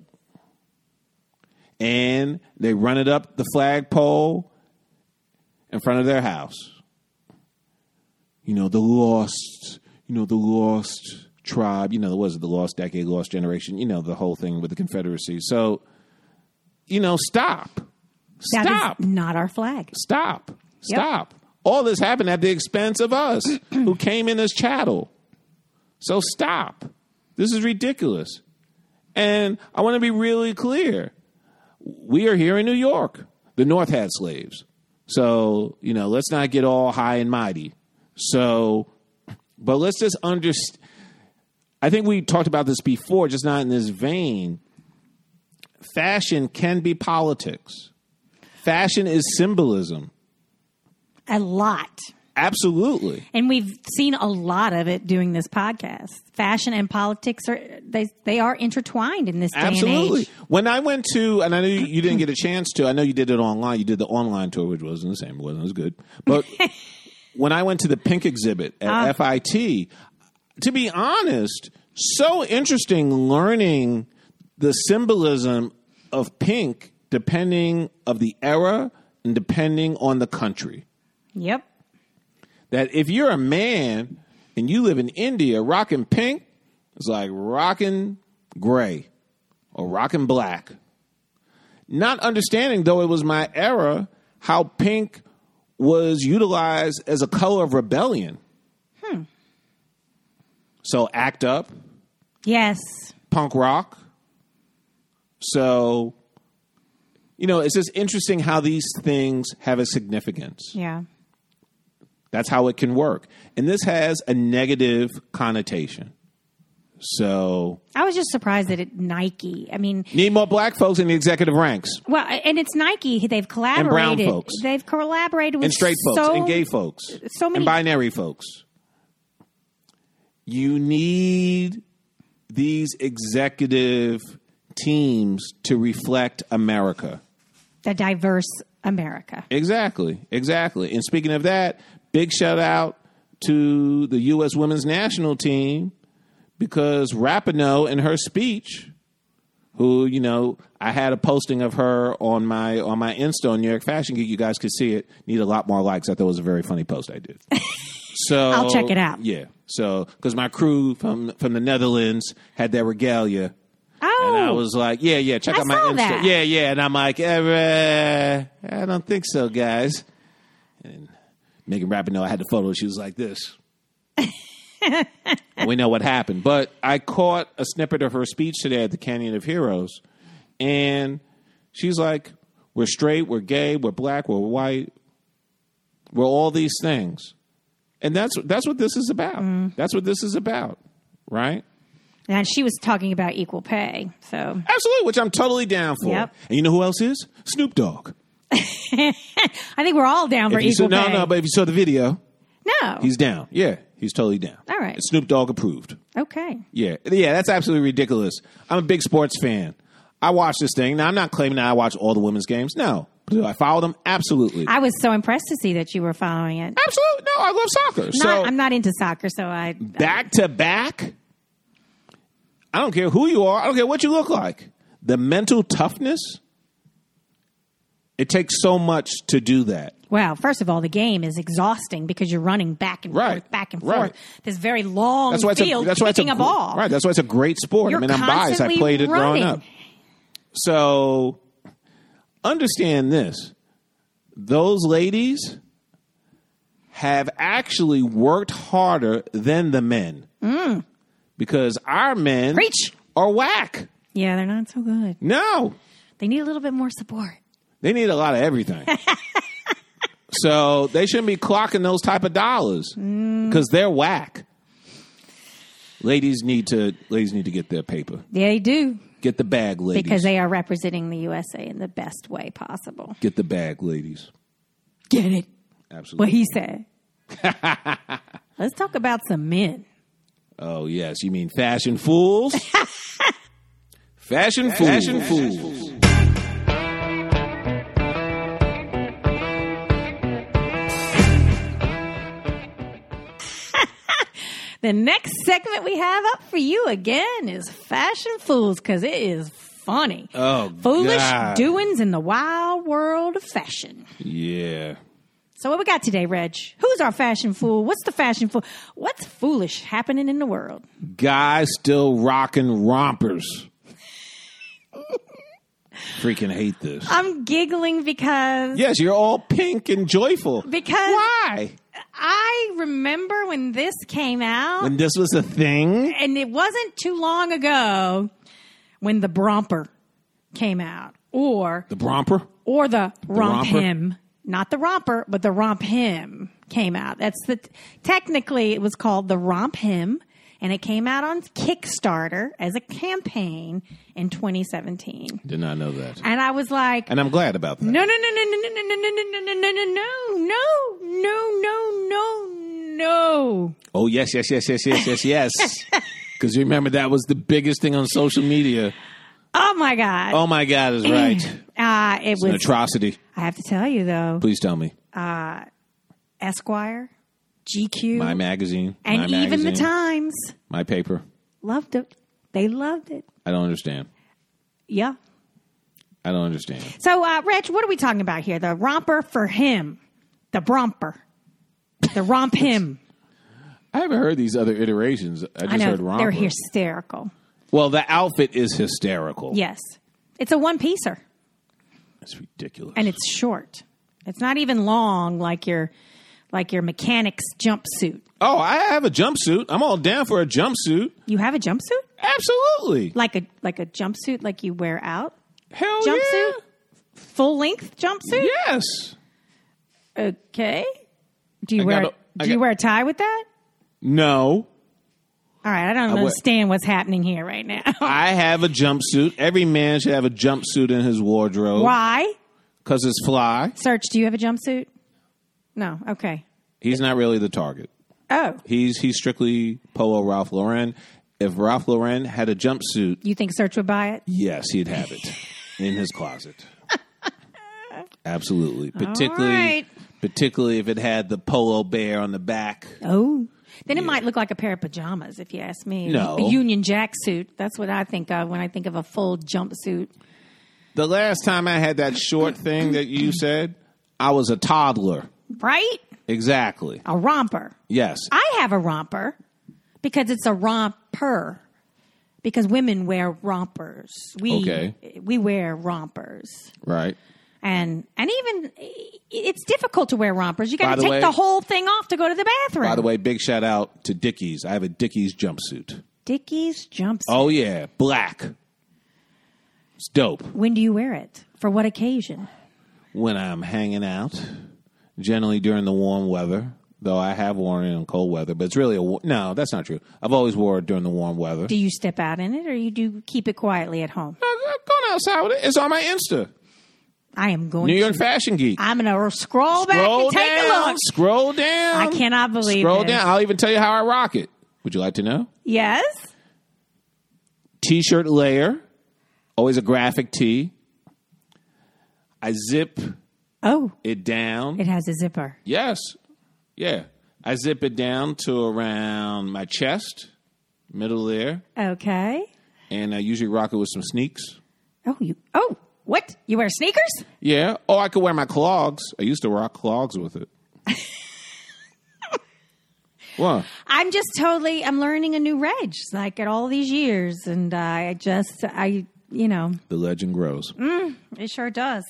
Speaker 1: And they run it up the flagpole in front of their house. You know, the lost, you know, the lost tribe, you know, was it the lost decade, lost generation, you know, the whole thing with the Confederacy. So, you know, stop.
Speaker 2: That is
Speaker 1: Stop
Speaker 2: not our flag.
Speaker 1: stop,
Speaker 2: Yep.
Speaker 1: stop. All this happened at the expense of us who came in as chattel. So stop. This is ridiculous. And I want to be really clear. We are here in New York. The North had slaves. So, you know, let's not get all high and mighty. So, but let's just understand. I think we talked about this before, just not in this vein. Fashion can be politics. Fashion is symbolism.
Speaker 2: A lot.
Speaker 1: Absolutely.
Speaker 2: And we've seen a lot of it doing this podcast. Fashion and politics are they they are intertwined in this day and
Speaker 1: Absolutely.
Speaker 2: age.
Speaker 1: When I went to, and I know you, you didn't get a chance to, I know you did it online. You did the online tour, which wasn't the same. It wasn't as good. But when I went to the pink exhibit
Speaker 2: Ah.
Speaker 1: at FIT, to be honest, so interesting learning the symbolism of pink depending of the era and depending on the country.
Speaker 2: Yep.
Speaker 1: that if you're a man and you live in India, rocking pink is like rocking gray or rocking black. Not understanding, though it was my era, how pink was utilized as a color of rebellion. So act up,
Speaker 2: Yes.
Speaker 1: punk rock. So, you know, it's just interesting how these things have a significance.
Speaker 2: Yeah.
Speaker 1: That's how it can work. And this has a negative connotation. So,
Speaker 2: I was just surprised that it Nike. I mean,
Speaker 1: need more black folks in the executive ranks
Speaker 2: well, and it's Nike. They've collaborated.
Speaker 1: brown folks.
Speaker 2: They've collaborated with
Speaker 1: and straight folks
Speaker 2: so-
Speaker 1: and gay folks
Speaker 2: so many-
Speaker 1: and binary folks. You need these executive teams to reflect America.
Speaker 2: the diverse America.
Speaker 1: Exactly, exactly. And speaking of that, big shout out to the U.S. women's national team because Rapinoe in her speech, who you know, I had a posting of her on my on my Insta on New York Fashion Geek. You guys could see it. Need a lot more likes. I thought it was a very funny post I did. So
Speaker 2: I'll check it out.
Speaker 1: Yeah. So because my crew from from the Netherlands had their regalia.
Speaker 2: Oh,
Speaker 1: And I was like, yeah, yeah, check
Speaker 2: I
Speaker 1: out my
Speaker 2: saw
Speaker 1: Insta.
Speaker 2: that.
Speaker 1: Yeah, yeah. And I'm like, eh, uh, I don't think so, guys. And Megan Rapinoe, I had the photo. She was like this. And we know what happened. But I caught a snippet of her speech today at the Canyon of Heroes. And she's like, we're straight, we're gay, we're black, we're white, we're all these
Speaker 2: Mm.
Speaker 1: things. And that's that's what this is about. That's what this is about, right?
Speaker 2: And she was talking about equal pay. So
Speaker 1: Absolutely, which I'm totally down for.
Speaker 2: Yep.
Speaker 1: And you know who else is? Snoop Dogg.
Speaker 2: I think we're all down for
Speaker 1: If you saw,
Speaker 2: equal
Speaker 1: no,
Speaker 2: pay.
Speaker 1: no, but if you saw the video,
Speaker 2: No.
Speaker 1: he's down. Yeah, he's totally down.
Speaker 2: All right.
Speaker 1: Snoop Dogg approved.
Speaker 2: okay.
Speaker 1: Yeah, yeah, that's absolutely ridiculous. I'm a big sports fan. I watch this thing. Now, I'm not claiming that I watch all the women's games. No. Do I follow them? Absolutely.
Speaker 2: I was so impressed to see that you were following it.
Speaker 1: absolutely. No, I love soccer. so
Speaker 2: not, I'm not into soccer, so I.
Speaker 1: back to back, I don't care who you are. I don't care what you look like. The mental toughness, it takes so much to do that.
Speaker 2: Well, first of all, the game is exhausting because you're running back and
Speaker 1: Right.
Speaker 2: forth, back and
Speaker 1: Right.
Speaker 2: forth. This very long
Speaker 1: That's why it's
Speaker 2: field
Speaker 1: a, that's why it's a,
Speaker 2: kicking a,
Speaker 1: gr-
Speaker 2: ball.
Speaker 1: Right. That's why it's a great sport.
Speaker 2: You're
Speaker 1: I mean, I'm biased. I
Speaker 2: constantly
Speaker 1: played it growing
Speaker 2: running.
Speaker 1: up. So understand this. Those ladies have actually worked harder than the men. Because our men
Speaker 2: Mm. Preach.
Speaker 1: are whack.
Speaker 2: Yeah, they're not so good.
Speaker 1: No.
Speaker 2: They need a little bit more support.
Speaker 1: They need a lot of everything. so they shouldn't be clocking those type of dollars because they're whack. Ladies need to ladies need to get their paper,
Speaker 2: Yeah, they do
Speaker 1: get the bag, ladies.
Speaker 2: because they are representing the USA in the best way possible.
Speaker 1: get the bag, ladies.
Speaker 2: Get it? What
Speaker 1: Absolutely.
Speaker 2: he said. Let's talk about some men.
Speaker 1: Oh yes, you mean fashion fools? fashion fools. Fashion fools.
Speaker 2: The next segment we have up for you again is Fashion Fools because it is funny.
Speaker 1: Oh,
Speaker 2: Foolish
Speaker 1: God.
Speaker 2: doings in the wild world of fashion.
Speaker 1: Yeah.
Speaker 2: So, what we got today, Reg? Who's our fashion fool? What's the fashion fool? What's foolish happening in the world?
Speaker 1: Guys still rocking rompers. Freaking hate this.
Speaker 2: I'm giggling because
Speaker 1: Yes, you're all pink and joyful.
Speaker 2: Because-
Speaker 1: why?
Speaker 2: I remember when this came out,
Speaker 1: When this was a thing,
Speaker 2: and it wasn't too long ago when the Bromper came out, or
Speaker 1: the Bromper.
Speaker 2: or the romp
Speaker 1: romper?
Speaker 2: him, not the romper, but the romp him came out. That's the technically it was called the romp him, and it came out on Kickstarter as a campaign in 2017.
Speaker 1: Did not know that,
Speaker 2: And I was like,
Speaker 1: and I'm glad about that.
Speaker 2: no, no, no, no, no, no, no, no, no, no, no, no, no, no, no, no, no, no.
Speaker 1: Oh yes, yes, yes, yes, yes, yes, yes. Because you remember that was the biggest thing on social media.
Speaker 2: Oh my God.
Speaker 1: Oh my God, is right.
Speaker 2: Uh, it
Speaker 1: An
Speaker 2: was,
Speaker 1: atrocity.
Speaker 2: I have to tell you though,
Speaker 1: Please tell me.
Speaker 2: Esquire, GQ,
Speaker 1: My magazine.
Speaker 2: and
Speaker 1: my
Speaker 2: even the
Speaker 1: magazine,
Speaker 2: Times
Speaker 1: My paper.
Speaker 2: loved it. They loved it.
Speaker 1: I don't understand.
Speaker 2: Yeah.
Speaker 1: I don't understand.
Speaker 2: So, uh, Rich, what are we talking about here? The romper for him, the bromper, the romp him.
Speaker 1: I haven't heard these other iterations. I just
Speaker 2: I know
Speaker 1: heard romper.
Speaker 2: they're hysterical.
Speaker 1: Well, the outfit is hysterical.
Speaker 2: Yes, it's a one piecer
Speaker 1: it's ridiculous.
Speaker 2: and it's short. It's not even long like your like your mechanic's jumpsuit.
Speaker 1: oh, I have a jumpsuit. I'm all down for a jumpsuit.
Speaker 2: You have a jumpsuit
Speaker 1: Absolutely.
Speaker 2: like a like a jumpsuit like you wear out
Speaker 1: Hell
Speaker 2: jumpsuit,
Speaker 1: Oh, yeah.
Speaker 2: full length jumpsuit.
Speaker 1: Yes.
Speaker 2: Okay. Do you
Speaker 1: I
Speaker 2: wear
Speaker 1: got a- I
Speaker 2: do you
Speaker 1: got-
Speaker 2: wear a tie with that?
Speaker 1: No.
Speaker 2: All right, I don't
Speaker 1: wear-
Speaker 2: understand what's happening here right now.
Speaker 1: I have a jumpsuit. Every man should have a jumpsuit in his wardrobe
Speaker 2: Why?
Speaker 1: because it's fly.
Speaker 2: Search, do you have a jumpsuit? No. Okay.
Speaker 1: He's not really the target.
Speaker 2: Oh,
Speaker 1: He's he's strictly polo Ralph Lauren. If Ralph Lauren had a jumpsuit,
Speaker 2: you think Search would buy it?
Speaker 1: yes, he'd have it in his closet. Absolutely, particularly
Speaker 2: right.
Speaker 1: particularly if it had the polo bear on the back.
Speaker 2: Oh. Then it might look like a pair of pajamas, if you ask me.
Speaker 1: No.
Speaker 2: A Union Jack suit. That's what I think of when I think of a full jumpsuit.
Speaker 1: The last time I had that short thing that you said, I was a toddler.
Speaker 2: Right?
Speaker 1: Exactly.
Speaker 2: A romper.
Speaker 1: Yes.
Speaker 2: I have a romper because it's a romper. Because women wear rompers. We
Speaker 1: Okay.
Speaker 2: we wear rompers.
Speaker 1: Right.
Speaker 2: And and even it's difficult to wear rompers. You
Speaker 1: By
Speaker 2: got to
Speaker 1: the
Speaker 2: take
Speaker 1: way-
Speaker 2: the whole thing off to go to the bathroom.
Speaker 1: By the way, big shout out to Dickies. I have a Dickies jumpsuit.
Speaker 2: Dickies jumpsuit.
Speaker 1: Oh yeah, black. It's dope.
Speaker 2: When do you wear it? For what occasion?
Speaker 1: When I'm hanging out, generally during the warm weather, though I have worn it in cold weather. But it's really a wa- no. That's not true. I've always wore it during the warm weather.
Speaker 2: Do you step out in it or you do keep it quietly at home?
Speaker 1: I'm going outside with it. It's on my Insta,
Speaker 2: I am going
Speaker 1: New York
Speaker 2: to.
Speaker 1: Fashion Geek.
Speaker 2: I'm going to scroll back
Speaker 1: Scroll
Speaker 2: and take
Speaker 1: down.
Speaker 2: a look.
Speaker 1: Scroll down.
Speaker 2: I cannot believe
Speaker 1: Scroll
Speaker 2: this.
Speaker 1: down. I'll even tell you how I rock it. Would you like to know?
Speaker 2: Yes.
Speaker 1: T-shirt layer, always a graphic tee. I zip
Speaker 2: Oh,
Speaker 1: it down.
Speaker 2: it has a zipper.
Speaker 1: Yes. Yeah. I zip it down to around my chest, middle there,
Speaker 2: Okay.
Speaker 1: and I usually rock it with some sneaks.
Speaker 2: Oh, you. Oh, what? You wear sneakers?
Speaker 1: Yeah. Oh, I could wear my clogs. I used to rock clogs with it. what?
Speaker 2: I'm just totally. I'm learning a new reg, like at all these years, and I just, I, you know,
Speaker 1: The legend grows.
Speaker 2: it sure does.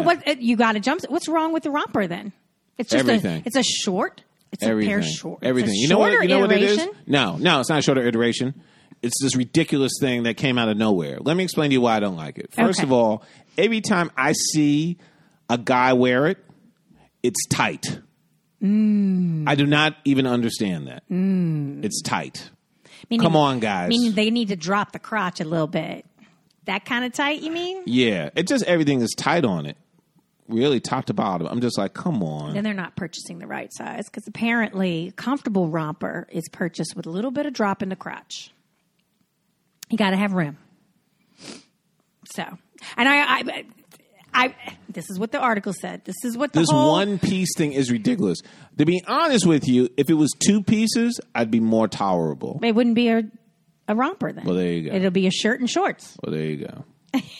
Speaker 1: Yeah.
Speaker 2: what? it- You got a jump. What's wrong with the romper then? It's just
Speaker 1: Everything.
Speaker 2: A, it's a short. It's
Speaker 1: everything.
Speaker 2: a pair of shorts.
Speaker 1: Everything.
Speaker 2: It's a
Speaker 1: you know what?
Speaker 2: shorter
Speaker 1: You know what it is?
Speaker 2: iteration.
Speaker 1: No, no, it's not a shorter iteration. It's this ridiculous thing that came out of nowhere. Let me explain to you why I don't like it. First
Speaker 2: Okay.
Speaker 1: of all, every time I see a guy wear it, it's tight.
Speaker 2: Mm.
Speaker 1: I do not even understand that. It's tight.
Speaker 2: Meaning-
Speaker 1: Come on, guys.
Speaker 2: Meaning they need to drop the crotch a little bit. That kind of tight, you mean?
Speaker 1: yeah, it just everything is tight on it. Really, top to bottom. I'm just like, come on.
Speaker 2: Then they're not purchasing the right size because apparently comfortable romper is purchased with a little bit of drop in the crotch. You got to have room. So, and I, I, I, this is what the article said. This is what the
Speaker 1: This
Speaker 2: whole
Speaker 1: one piece thing is ridiculous. To be honest with you, if it was two pieces, I'd be more tolerable.
Speaker 2: It wouldn't be a, a romper then.
Speaker 1: Well, there you go.
Speaker 2: It'll be a shirt and shorts.
Speaker 1: Well, Oh, there you go.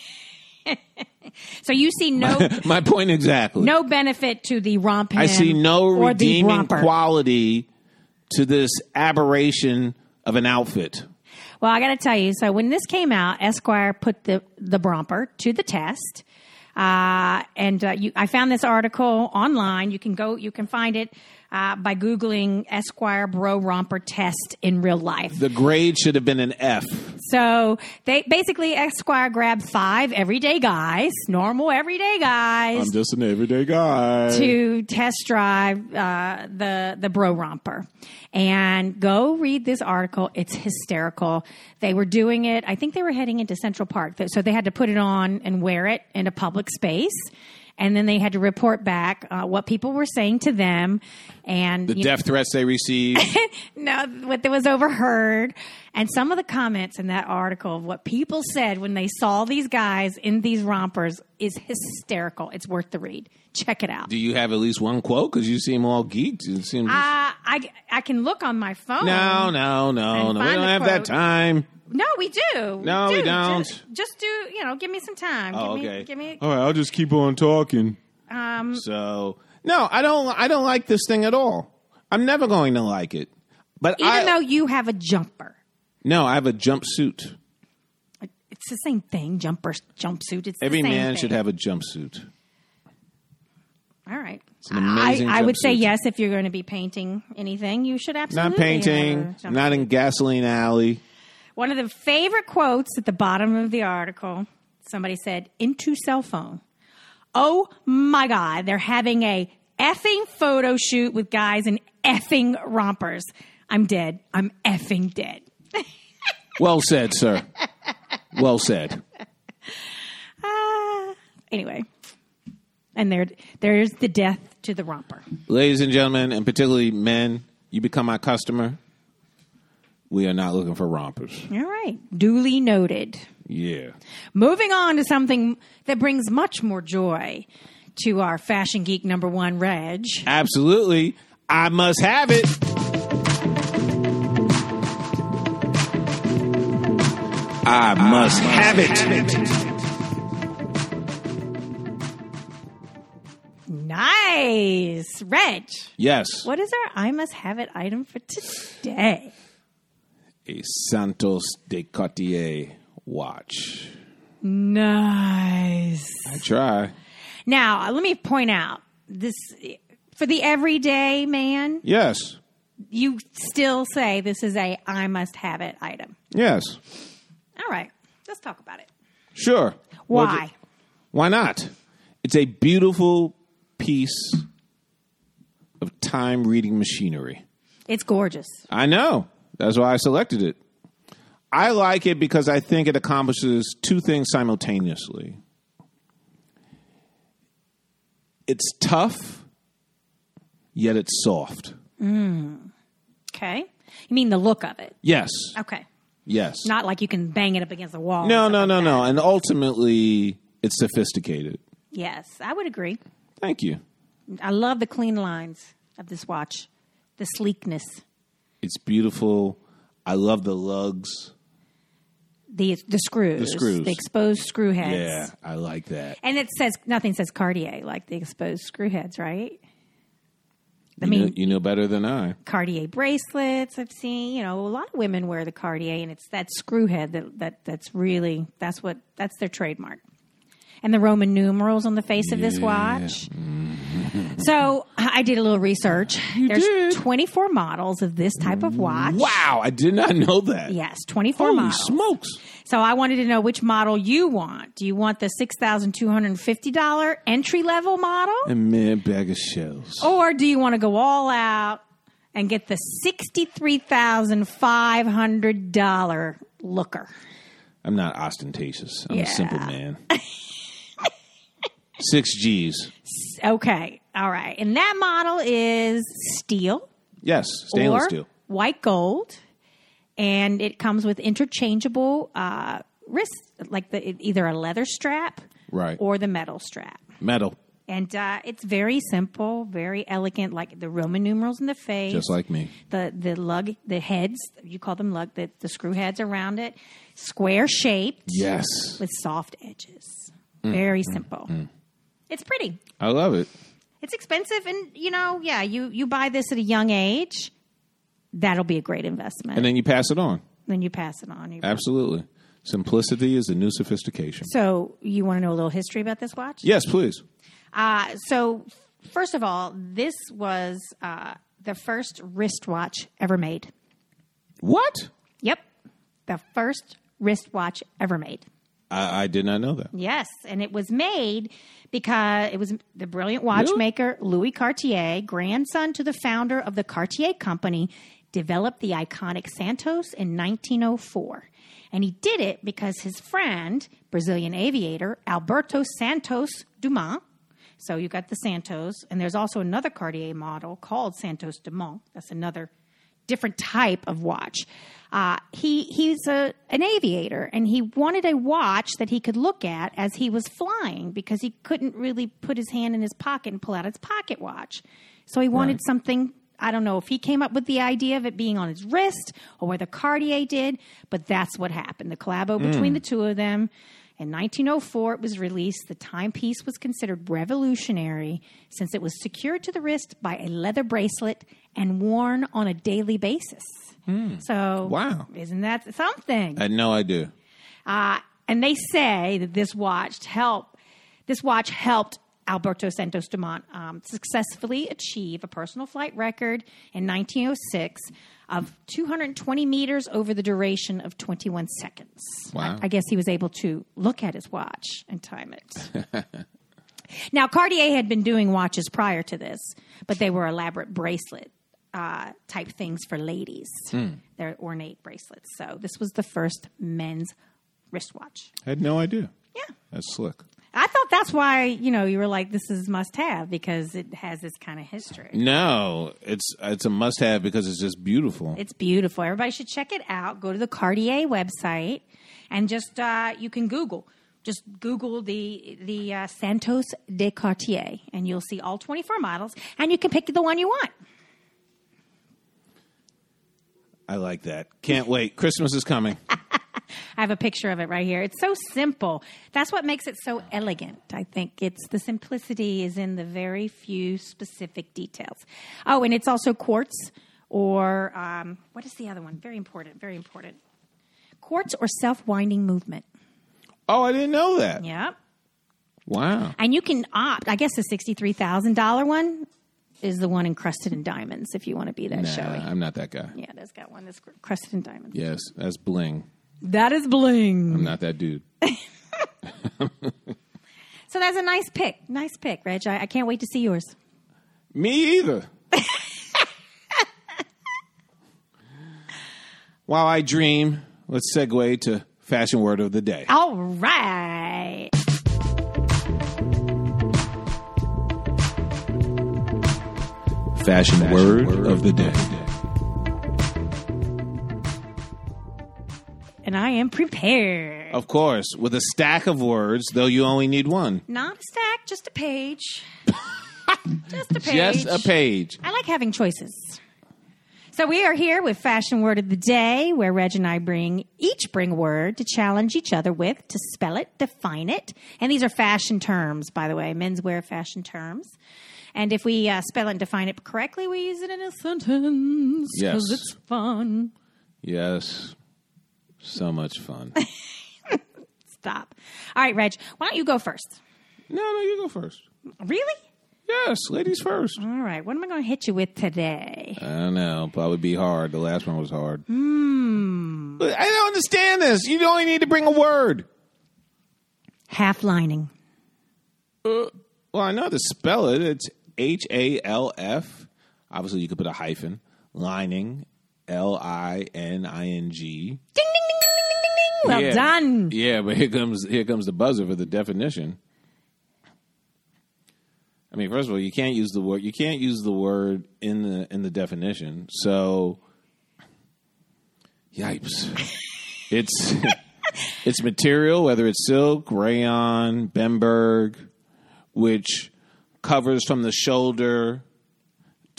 Speaker 2: So you see no
Speaker 1: My point exactly.
Speaker 2: no benefit to the romp.
Speaker 1: I see no
Speaker 2: or the
Speaker 1: redeeming
Speaker 2: romper.
Speaker 1: quality to this aberration of an outfit.
Speaker 2: Well, I got to tell you. So when this came out, Esquire put the the romper to the test, uh, and uh, you, I found this article online. You can go, you can find it uh, by googling Esquire Bro Romper Test in real life.
Speaker 1: The grade should have been an F.
Speaker 2: So they basically Esquire grabbed five everyday guys, normal everyday guys,
Speaker 1: just an everyday guy.
Speaker 2: to test drive uh, the the bro romper and go read this article it's hysterical they were doing it i think they were heading into central park so they had to put it on and wear it in a public space and then they had to report back uh, what people were saying to them and
Speaker 1: the
Speaker 2: you
Speaker 1: death threats they received.
Speaker 2: no, what that was overheard, and some of the comments in that article of what people said when they saw these guys in these rompers is hysterical. It's worth the read. Check it out.
Speaker 1: Do you have at least one quote? Because you seem all geeked. You seem.
Speaker 2: Uh, I I can look on my phone.
Speaker 1: no, no, no,
Speaker 2: And
Speaker 1: no. We
Speaker 2: find
Speaker 1: don't
Speaker 2: a
Speaker 1: have that
Speaker 2: quote.
Speaker 1: time.
Speaker 2: no, we do.
Speaker 1: No,
Speaker 2: do.
Speaker 1: we don't.
Speaker 2: Just, just do. You know, give me some time.
Speaker 1: Oh,
Speaker 2: give me,
Speaker 1: okay.
Speaker 2: Give me.
Speaker 1: All right, I'll just keep on talking. Um, so no, I don't. I don't like this thing at all. I'm never going to like it. But
Speaker 2: Even
Speaker 1: I
Speaker 2: though you have a jumper,
Speaker 1: no, I have a jumpsuit.
Speaker 2: it's the same thing. Jumper, jumpsuit. It's
Speaker 1: Every
Speaker 2: the same
Speaker 1: man
Speaker 2: thing.
Speaker 1: should have a jumpsuit.
Speaker 2: All right. It's
Speaker 1: an amazing
Speaker 2: I, I would say
Speaker 1: jumpsuit.
Speaker 2: yes if you're going to be painting anything. You should absolutely
Speaker 1: Not
Speaker 2: have
Speaker 1: painting.
Speaker 2: a jumper.
Speaker 1: Not in gasoline alley.
Speaker 2: One of the favorite quotes at the bottom of the article somebody said, into cell phone. Oh my God, they're having a effing photo shoot with guys in effing rompers. I'm dead. I'm effing dead.
Speaker 1: Well said, sir. Well said.
Speaker 2: Ah. Anyway, and there, there's the death to the romper.
Speaker 1: Ladies and gentlemen, and particularly men, you become my customer. We are not looking for rompers.
Speaker 2: All right. Duly noted.
Speaker 1: Yeah.
Speaker 2: Moving on to something that brings much more joy to our fashion geek number one, Reg.
Speaker 1: Absolutely. I must have it. I must have it.
Speaker 2: Nice. Reg.
Speaker 1: Yes.
Speaker 2: What is our I must have it item for today?
Speaker 1: A Santos de Cartier watch.
Speaker 2: Nice.
Speaker 1: I try.
Speaker 2: Now, uh, let me point out this for the everyday man,
Speaker 1: Yes.
Speaker 2: you still say this is a I must have it item.
Speaker 1: Yes.
Speaker 2: All right. Let's talk about it.
Speaker 1: Sure.
Speaker 2: Why?
Speaker 1: Well, Why not? It's a beautiful piece of time reading machinery.
Speaker 2: It's gorgeous.
Speaker 1: I know. That's why I selected it. I like it because I think it accomplishes two things simultaneously. It's tough, yet it's soft.
Speaker 2: Okay. You mean the look of it?
Speaker 1: Yes.
Speaker 2: Okay.
Speaker 1: Yes.
Speaker 2: Not like you can bang it up against the wall.
Speaker 1: No,
Speaker 2: and
Speaker 1: no,
Speaker 2: stuff
Speaker 1: no,
Speaker 2: like that.
Speaker 1: no. And ultimately, it's sophisticated.
Speaker 2: Yes, I would agree.
Speaker 1: Thank you.
Speaker 2: I love the clean lines of this watch, the sleekness,
Speaker 1: It's beautiful. I love the lugs.
Speaker 2: the the screws,
Speaker 1: The screws.
Speaker 2: the exposed screw heads.
Speaker 1: Yeah, I like that.
Speaker 2: And it says nothing says Cartier like the exposed screw heads, right? I
Speaker 1: you, know,
Speaker 2: mean,
Speaker 1: you know better than I.
Speaker 2: Cartier bracelets. I've seen, you know, a lot of women wear the Cartier, and it's that screw head that, that that's really that's what that's their trademark. And the Roman numerals on the face of this
Speaker 1: Yeah.
Speaker 2: watch. so I I did a little research. There's
Speaker 1: did?
Speaker 2: 24 models of this type of watch.
Speaker 1: Wow, I did not know that.
Speaker 2: Yes, 24
Speaker 1: Holy
Speaker 2: models.
Speaker 1: smokes.
Speaker 2: So I wanted to know which model you want. Do you want the $6,250 entry level model?
Speaker 1: A man bag of shells.
Speaker 2: Or do you want to go all out and get the $63,500 looker?
Speaker 1: I'm not ostentatious. I'm
Speaker 2: Yeah.
Speaker 1: a simple man. Six G's.
Speaker 2: Okay. All right. And that model is steel
Speaker 1: Yes, stainless
Speaker 2: or
Speaker 1: steel.
Speaker 2: white gold. And it comes with interchangeable uh, wrists, like the, either a leather strap
Speaker 1: Right.
Speaker 2: or the metal strap.
Speaker 1: Metal,
Speaker 2: And uh, it's very simple, very elegant, like the Roman numerals in the face.
Speaker 1: just like me.
Speaker 2: the the lug the heads you call them lug the, the screw heads around it square shaped
Speaker 1: Yes.
Speaker 2: with soft edges
Speaker 1: Mm,
Speaker 2: very simple it's pretty
Speaker 1: I love it.
Speaker 2: it's expensive and you know yeah you you buy this at a young age that'll be a great investment
Speaker 1: And then you pass it Uh, on.
Speaker 2: then you pass it on You-
Speaker 1: Absolutely. Simplicity is the new sophistication.
Speaker 2: so you want to know a little history about this watch
Speaker 1: Yes, please.
Speaker 2: Uh, so, first of all, this was uh, the first wristwatch ever made.
Speaker 1: What?
Speaker 2: Yep, the first wristwatch ever made.
Speaker 1: I, I did not know that.
Speaker 2: Yes, and it was made because it was the brilliant watchmaker Louis Cartier, grandson to the founder of the Cartier Company, developed the iconic Santos in 1904. And he did it because his friend, Brazilian aviator Alberto Santos Dumont, so you got the Santos, and there's also another Cartier model called Santos Dumont. That's another different type of watch. Uh, he he's a an aviator, and he wanted a watch that he could look at as he was flying because he couldn't really put his hand in his pocket and pull out his pocket watch. So he wanted
Speaker 1: Right.
Speaker 2: something. I don't know if he came up with the idea of it being on his wrist or whether Cartier did, but that's what happened. The collabo between the two of them. In 1904, it was released. The timepiece was considered revolutionary since it was secured to the wrist by a leather bracelet and worn on a daily basis. So,
Speaker 1: Wow.
Speaker 2: isn't that something?
Speaker 1: I had no idea.
Speaker 2: Uh, and they say that this watch helped this watch helped Alberto Santos Dumont um, successfully achieve a personal flight record in 1906 of 220 meters over the duration of 21 seconds.
Speaker 1: Wow.
Speaker 2: I, I guess he was able to look at his watch and time it. now, Cartier had been doing watches prior to this, but they were elaborate bracelet uh, type things for ladies. They're ornate bracelets. So this was the first men's wristwatch.
Speaker 1: I had no idea.
Speaker 2: Yeah.
Speaker 1: That's slick.
Speaker 2: I thought that's why, you know, you were like, this is must have because it has this kind of history.
Speaker 1: No, it's it's a must have because it's just beautiful.
Speaker 2: It's beautiful. Everybody should check it out. Go to the Cartier website and just, uh, you can Google. Just Google the the uh, Santos de Cartier, and you'll see all 24 models, and you can pick the one you want.
Speaker 1: I like that. Can't wait. Christmas is coming.
Speaker 2: I have a picture of it right here. It's so simple. That's what makes it so elegant. I think it's the simplicity is in the very few specific details. Oh, and it's also quartz or um, what is the other one? Very important. Very important. Quartz or self-winding movement.
Speaker 1: Oh, I didn't know that.
Speaker 2: Yep.
Speaker 1: Wow.
Speaker 2: And you can opt. I guess the sixty-three thousand dollar one is the one encrusted in diamonds. If you want to be that
Speaker 1: Nah,
Speaker 2: showy.
Speaker 1: I'm not that guy.
Speaker 2: Yeah, that's got one that's crusted in diamonds.
Speaker 1: Yes, that's bling.
Speaker 2: That is bling.
Speaker 1: I'm not that dude.
Speaker 2: So that's a nice pick. Nice pick, Reg. I, I can't wait to see yours.
Speaker 1: Me either. While I dream, let's segue to fashion word of the day.
Speaker 2: All right.
Speaker 1: Fashion, word, of the day.
Speaker 2: And I am prepared.
Speaker 1: Of course, with a stack of words, though you only need one.
Speaker 2: Not a stack, just a page. just a page.
Speaker 1: Just a page.
Speaker 2: I like having choices. So we are here with Fashion Word of the Day, where Reg and I bring each bring a word to challenge each other with, to spell it, define it. And these are fashion terms, by the way, menswear fashion terms. And if we uh, spell and define it correctly, we use it in a sentence because
Speaker 1: Yes.
Speaker 2: it's fun.
Speaker 1: Yes. So much fun.
Speaker 2: Stop. All right, Reg, why don't you go first?
Speaker 1: no, no, you go first.
Speaker 2: Really?
Speaker 1: Yes, ladies first.
Speaker 2: All right, what am I going to hit you with today?
Speaker 1: I don't know. Probably be hard. The last one was hard. But I don't understand this. You only need to bring a word.
Speaker 2: Half lining.
Speaker 1: Well, I know how to spell it. It's H A L F. Obviously, you could put a hyphen. Lining. L I N I N G.
Speaker 2: Ding, ding, ding, ding, ding, ding, ding. Well
Speaker 1: Yeah.
Speaker 2: done.
Speaker 1: Yeah, but here comes here comes the buzzer for the definition. I mean, first of all, you can't use the word you can't use the word in the in the definition. So, yipes! it's it's material, whether it's silk, rayon, Bemberg, which covers from the shoulder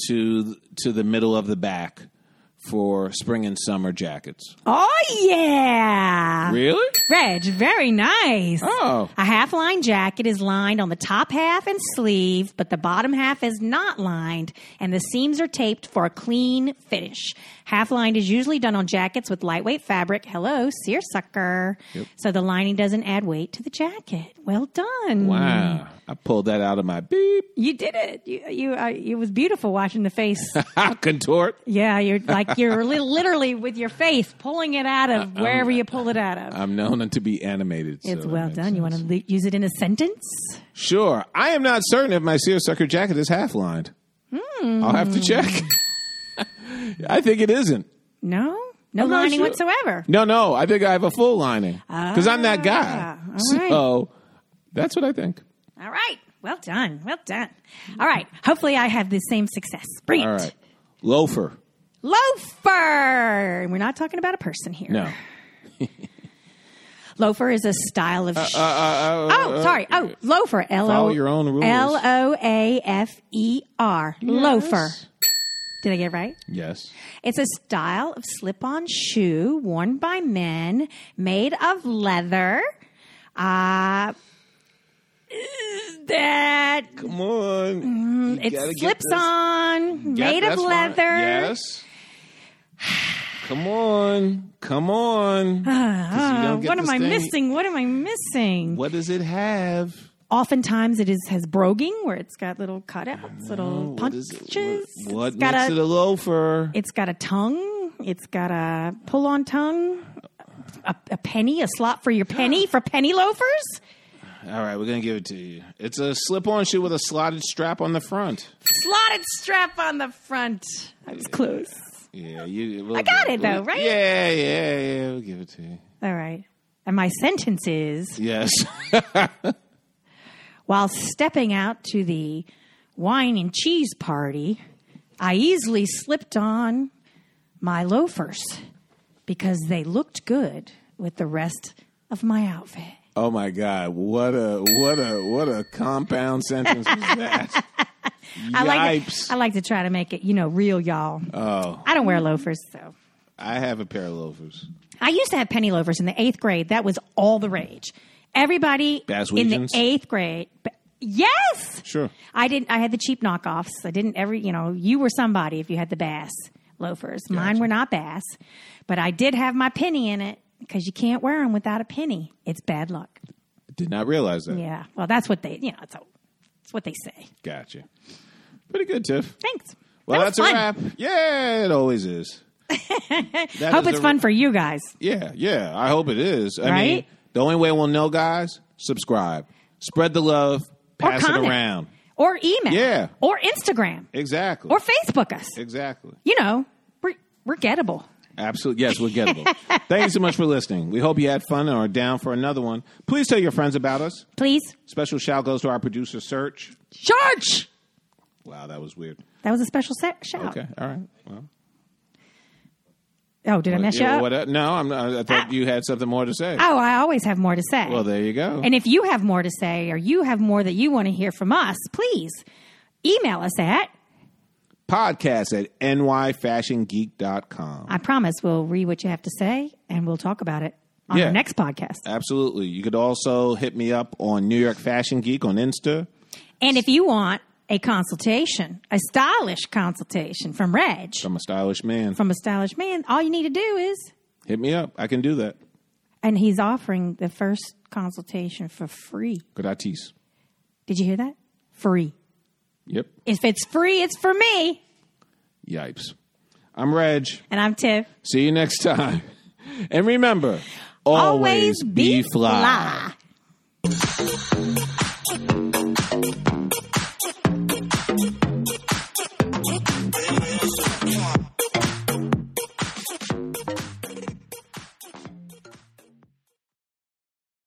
Speaker 1: to to the middle of the back for spring and summer jackets.
Speaker 2: Oh, yeah.
Speaker 1: Really?
Speaker 2: Reg, very nice.
Speaker 1: Oh.
Speaker 2: A half line jacket is lined on the top half and sleeve, but the bottom half is not lined, and the seams are taped for a clean finish. Half lined is usually done on jackets with lightweight fabric. Hello, seersucker. So the lining doesn't add weight to the jacket. Well done.
Speaker 1: Wow. I pulled that out of my beep
Speaker 2: You did it. You, you, uh, it was beautiful watching the face.
Speaker 1: contort.
Speaker 2: yeah, you're like you're li- literally with your face pulling it out
Speaker 1: Uh,
Speaker 2: of wherever you pull it out of.
Speaker 1: I'm known to be animated. um, uh, so
Speaker 2: it's
Speaker 1: that
Speaker 2: well
Speaker 1: makes
Speaker 2: done.
Speaker 1: sense.
Speaker 2: You want to l- use it in a sentence?
Speaker 1: Sure. I am not certain if my seersucker jacket is half lined.
Speaker 2: Hmm.
Speaker 1: I'll have to check. I think it isn't.
Speaker 2: No, no
Speaker 1: not
Speaker 2: lining
Speaker 1: sure.
Speaker 2: whatsoever.
Speaker 1: No, no. I think I have a full lining because I'm that guy.
Speaker 2: Ah, all right.
Speaker 1: So that's what I think.
Speaker 2: All right, well done, well done. All right, hopefully I have the same success. Bring it,
Speaker 1: All right. Loafer.
Speaker 2: loafer. We're not talking about a person here.
Speaker 1: No.
Speaker 2: loafer is a style
Speaker 1: Uh,
Speaker 2: of. sh- oh, sorry. Oh, loafer. L
Speaker 1: Follow
Speaker 2: o
Speaker 1: your own rules.
Speaker 2: L o a f e r. Loafer. Did I get it right?
Speaker 1: Yes.
Speaker 2: It's a style of slip on shoe worn by men, made of leather. Uh, that
Speaker 1: Come on. You gotta
Speaker 2: Mm, it
Speaker 1: get
Speaker 2: slips
Speaker 1: this.
Speaker 2: on,
Speaker 1: Yeah,
Speaker 2: made of
Speaker 1: that's fine.
Speaker 2: leather.
Speaker 1: Yes. Come on. Come on. 'Cause you
Speaker 2: Uh,
Speaker 1: don't get
Speaker 2: what am
Speaker 1: this
Speaker 2: I
Speaker 1: thing.
Speaker 2: missing? What am I missing?
Speaker 1: What does it have?
Speaker 2: Oftentimes, it is has broguing, where it's got little cutouts, little
Speaker 1: What is
Speaker 2: punches.
Speaker 1: it? What, what
Speaker 2: it's got
Speaker 1: makes
Speaker 2: a,
Speaker 1: it a loafer?
Speaker 2: It's got a tongue. It's got a pull on tongue. A, a penny, a slot for your penny for penny loafers.
Speaker 1: All right, we're going to give it to you. It's a slip on shoe with a slotted strap on the front.
Speaker 2: Slotted strap on the front. I was close.
Speaker 1: Yeah, you.
Speaker 2: I got it, though, right?
Speaker 1: Yeah, yeah, yeah. We'll give it to you.
Speaker 2: All right. And my sentence is
Speaker 1: Yes.
Speaker 2: while stepping out to the wine and cheese party, I easily slipped on my loafers because they looked good with the rest of my outfit.
Speaker 1: oh my God! What a what a what a compound sentence was that? Yipes!
Speaker 2: I like to, I like to try to make it, you know, real y'all.
Speaker 1: oh,
Speaker 2: I don't wear loafers, so
Speaker 1: I have a pair of loafers.
Speaker 2: I used to have penny loafers in the eighth grade. That was all the rage. Everybody in the
Speaker 1: Baswegians?
Speaker 2: eighth grade. ba- Yes,
Speaker 1: Sure.
Speaker 2: I didn't. I had the cheap knockoffs. I didn't every. You know, you were somebody if you had the Bass loafers. Mine
Speaker 1: Gotcha.
Speaker 2: were not Bass, but I did have my penny in it because you can't wear them without a penny. It's bad luck.
Speaker 1: Did not realize that.
Speaker 2: Yeah. Well, that's what they. You know, it's, a, it's what they say.
Speaker 1: Gotcha. Pretty good, Tiff.
Speaker 2: Thanks.
Speaker 1: Well,
Speaker 2: That was
Speaker 1: that's
Speaker 2: fun.
Speaker 1: a wrap. Yeah, it always is. That
Speaker 2: Hope
Speaker 1: is
Speaker 2: it's
Speaker 1: a-
Speaker 2: fun for you guys.
Speaker 1: Yeah, yeah. I hope it is. I mean,
Speaker 2: Right?
Speaker 1: the only way we'll know, guys, subscribe, spread the love, pass it
Speaker 2: comment.
Speaker 1: around.
Speaker 2: or email
Speaker 1: Yeah.
Speaker 2: or Instagram
Speaker 1: Exactly.
Speaker 2: or Facebook us.
Speaker 1: exactly.
Speaker 2: You know, we're, we're gettable.
Speaker 1: Absolutely. Yes, we're gettable. Thank you so much for listening. We hope you had fun and are down for another one. Please tell your friends about us.
Speaker 2: Please,
Speaker 1: Special shout goes to our producer, Search.
Speaker 2: charge.
Speaker 1: Wow, that was weird.
Speaker 2: That was a special se- shout.
Speaker 1: Okay. All right. Well,
Speaker 2: Oh, did I mess you
Speaker 1: yeah,
Speaker 2: up? Ah.
Speaker 1: what- uh, no, I'm not, I thought you had something more to say.
Speaker 2: Oh, I always have more to say.
Speaker 1: well, there you go.
Speaker 2: And if you have more to say or you have more that you want to hear from us, please email us at
Speaker 1: Podcast at nyfashiongeek.com.
Speaker 2: I promise we'll read what you have to say and we'll talk about it on
Speaker 1: Yeah.
Speaker 2: our next podcast.
Speaker 1: Absolutely. You could also hit me up on New York Fashion Geek on Insta.
Speaker 2: And if you want a consultation, a stylish consultation from Reg,
Speaker 1: I'm a stylish man.
Speaker 2: from a stylish man, all you need to do is,
Speaker 1: Hit me up. I can do that.
Speaker 2: and he's offering the first consultation for free.
Speaker 1: Could I tease?
Speaker 2: Did you hear that? Free.
Speaker 1: Yep.
Speaker 2: If it's free, it's for me.
Speaker 1: Yipes. I'm Reg.
Speaker 2: And I'm Tiff.
Speaker 1: See you next time. And remember, always, be fly.
Speaker 2: fly.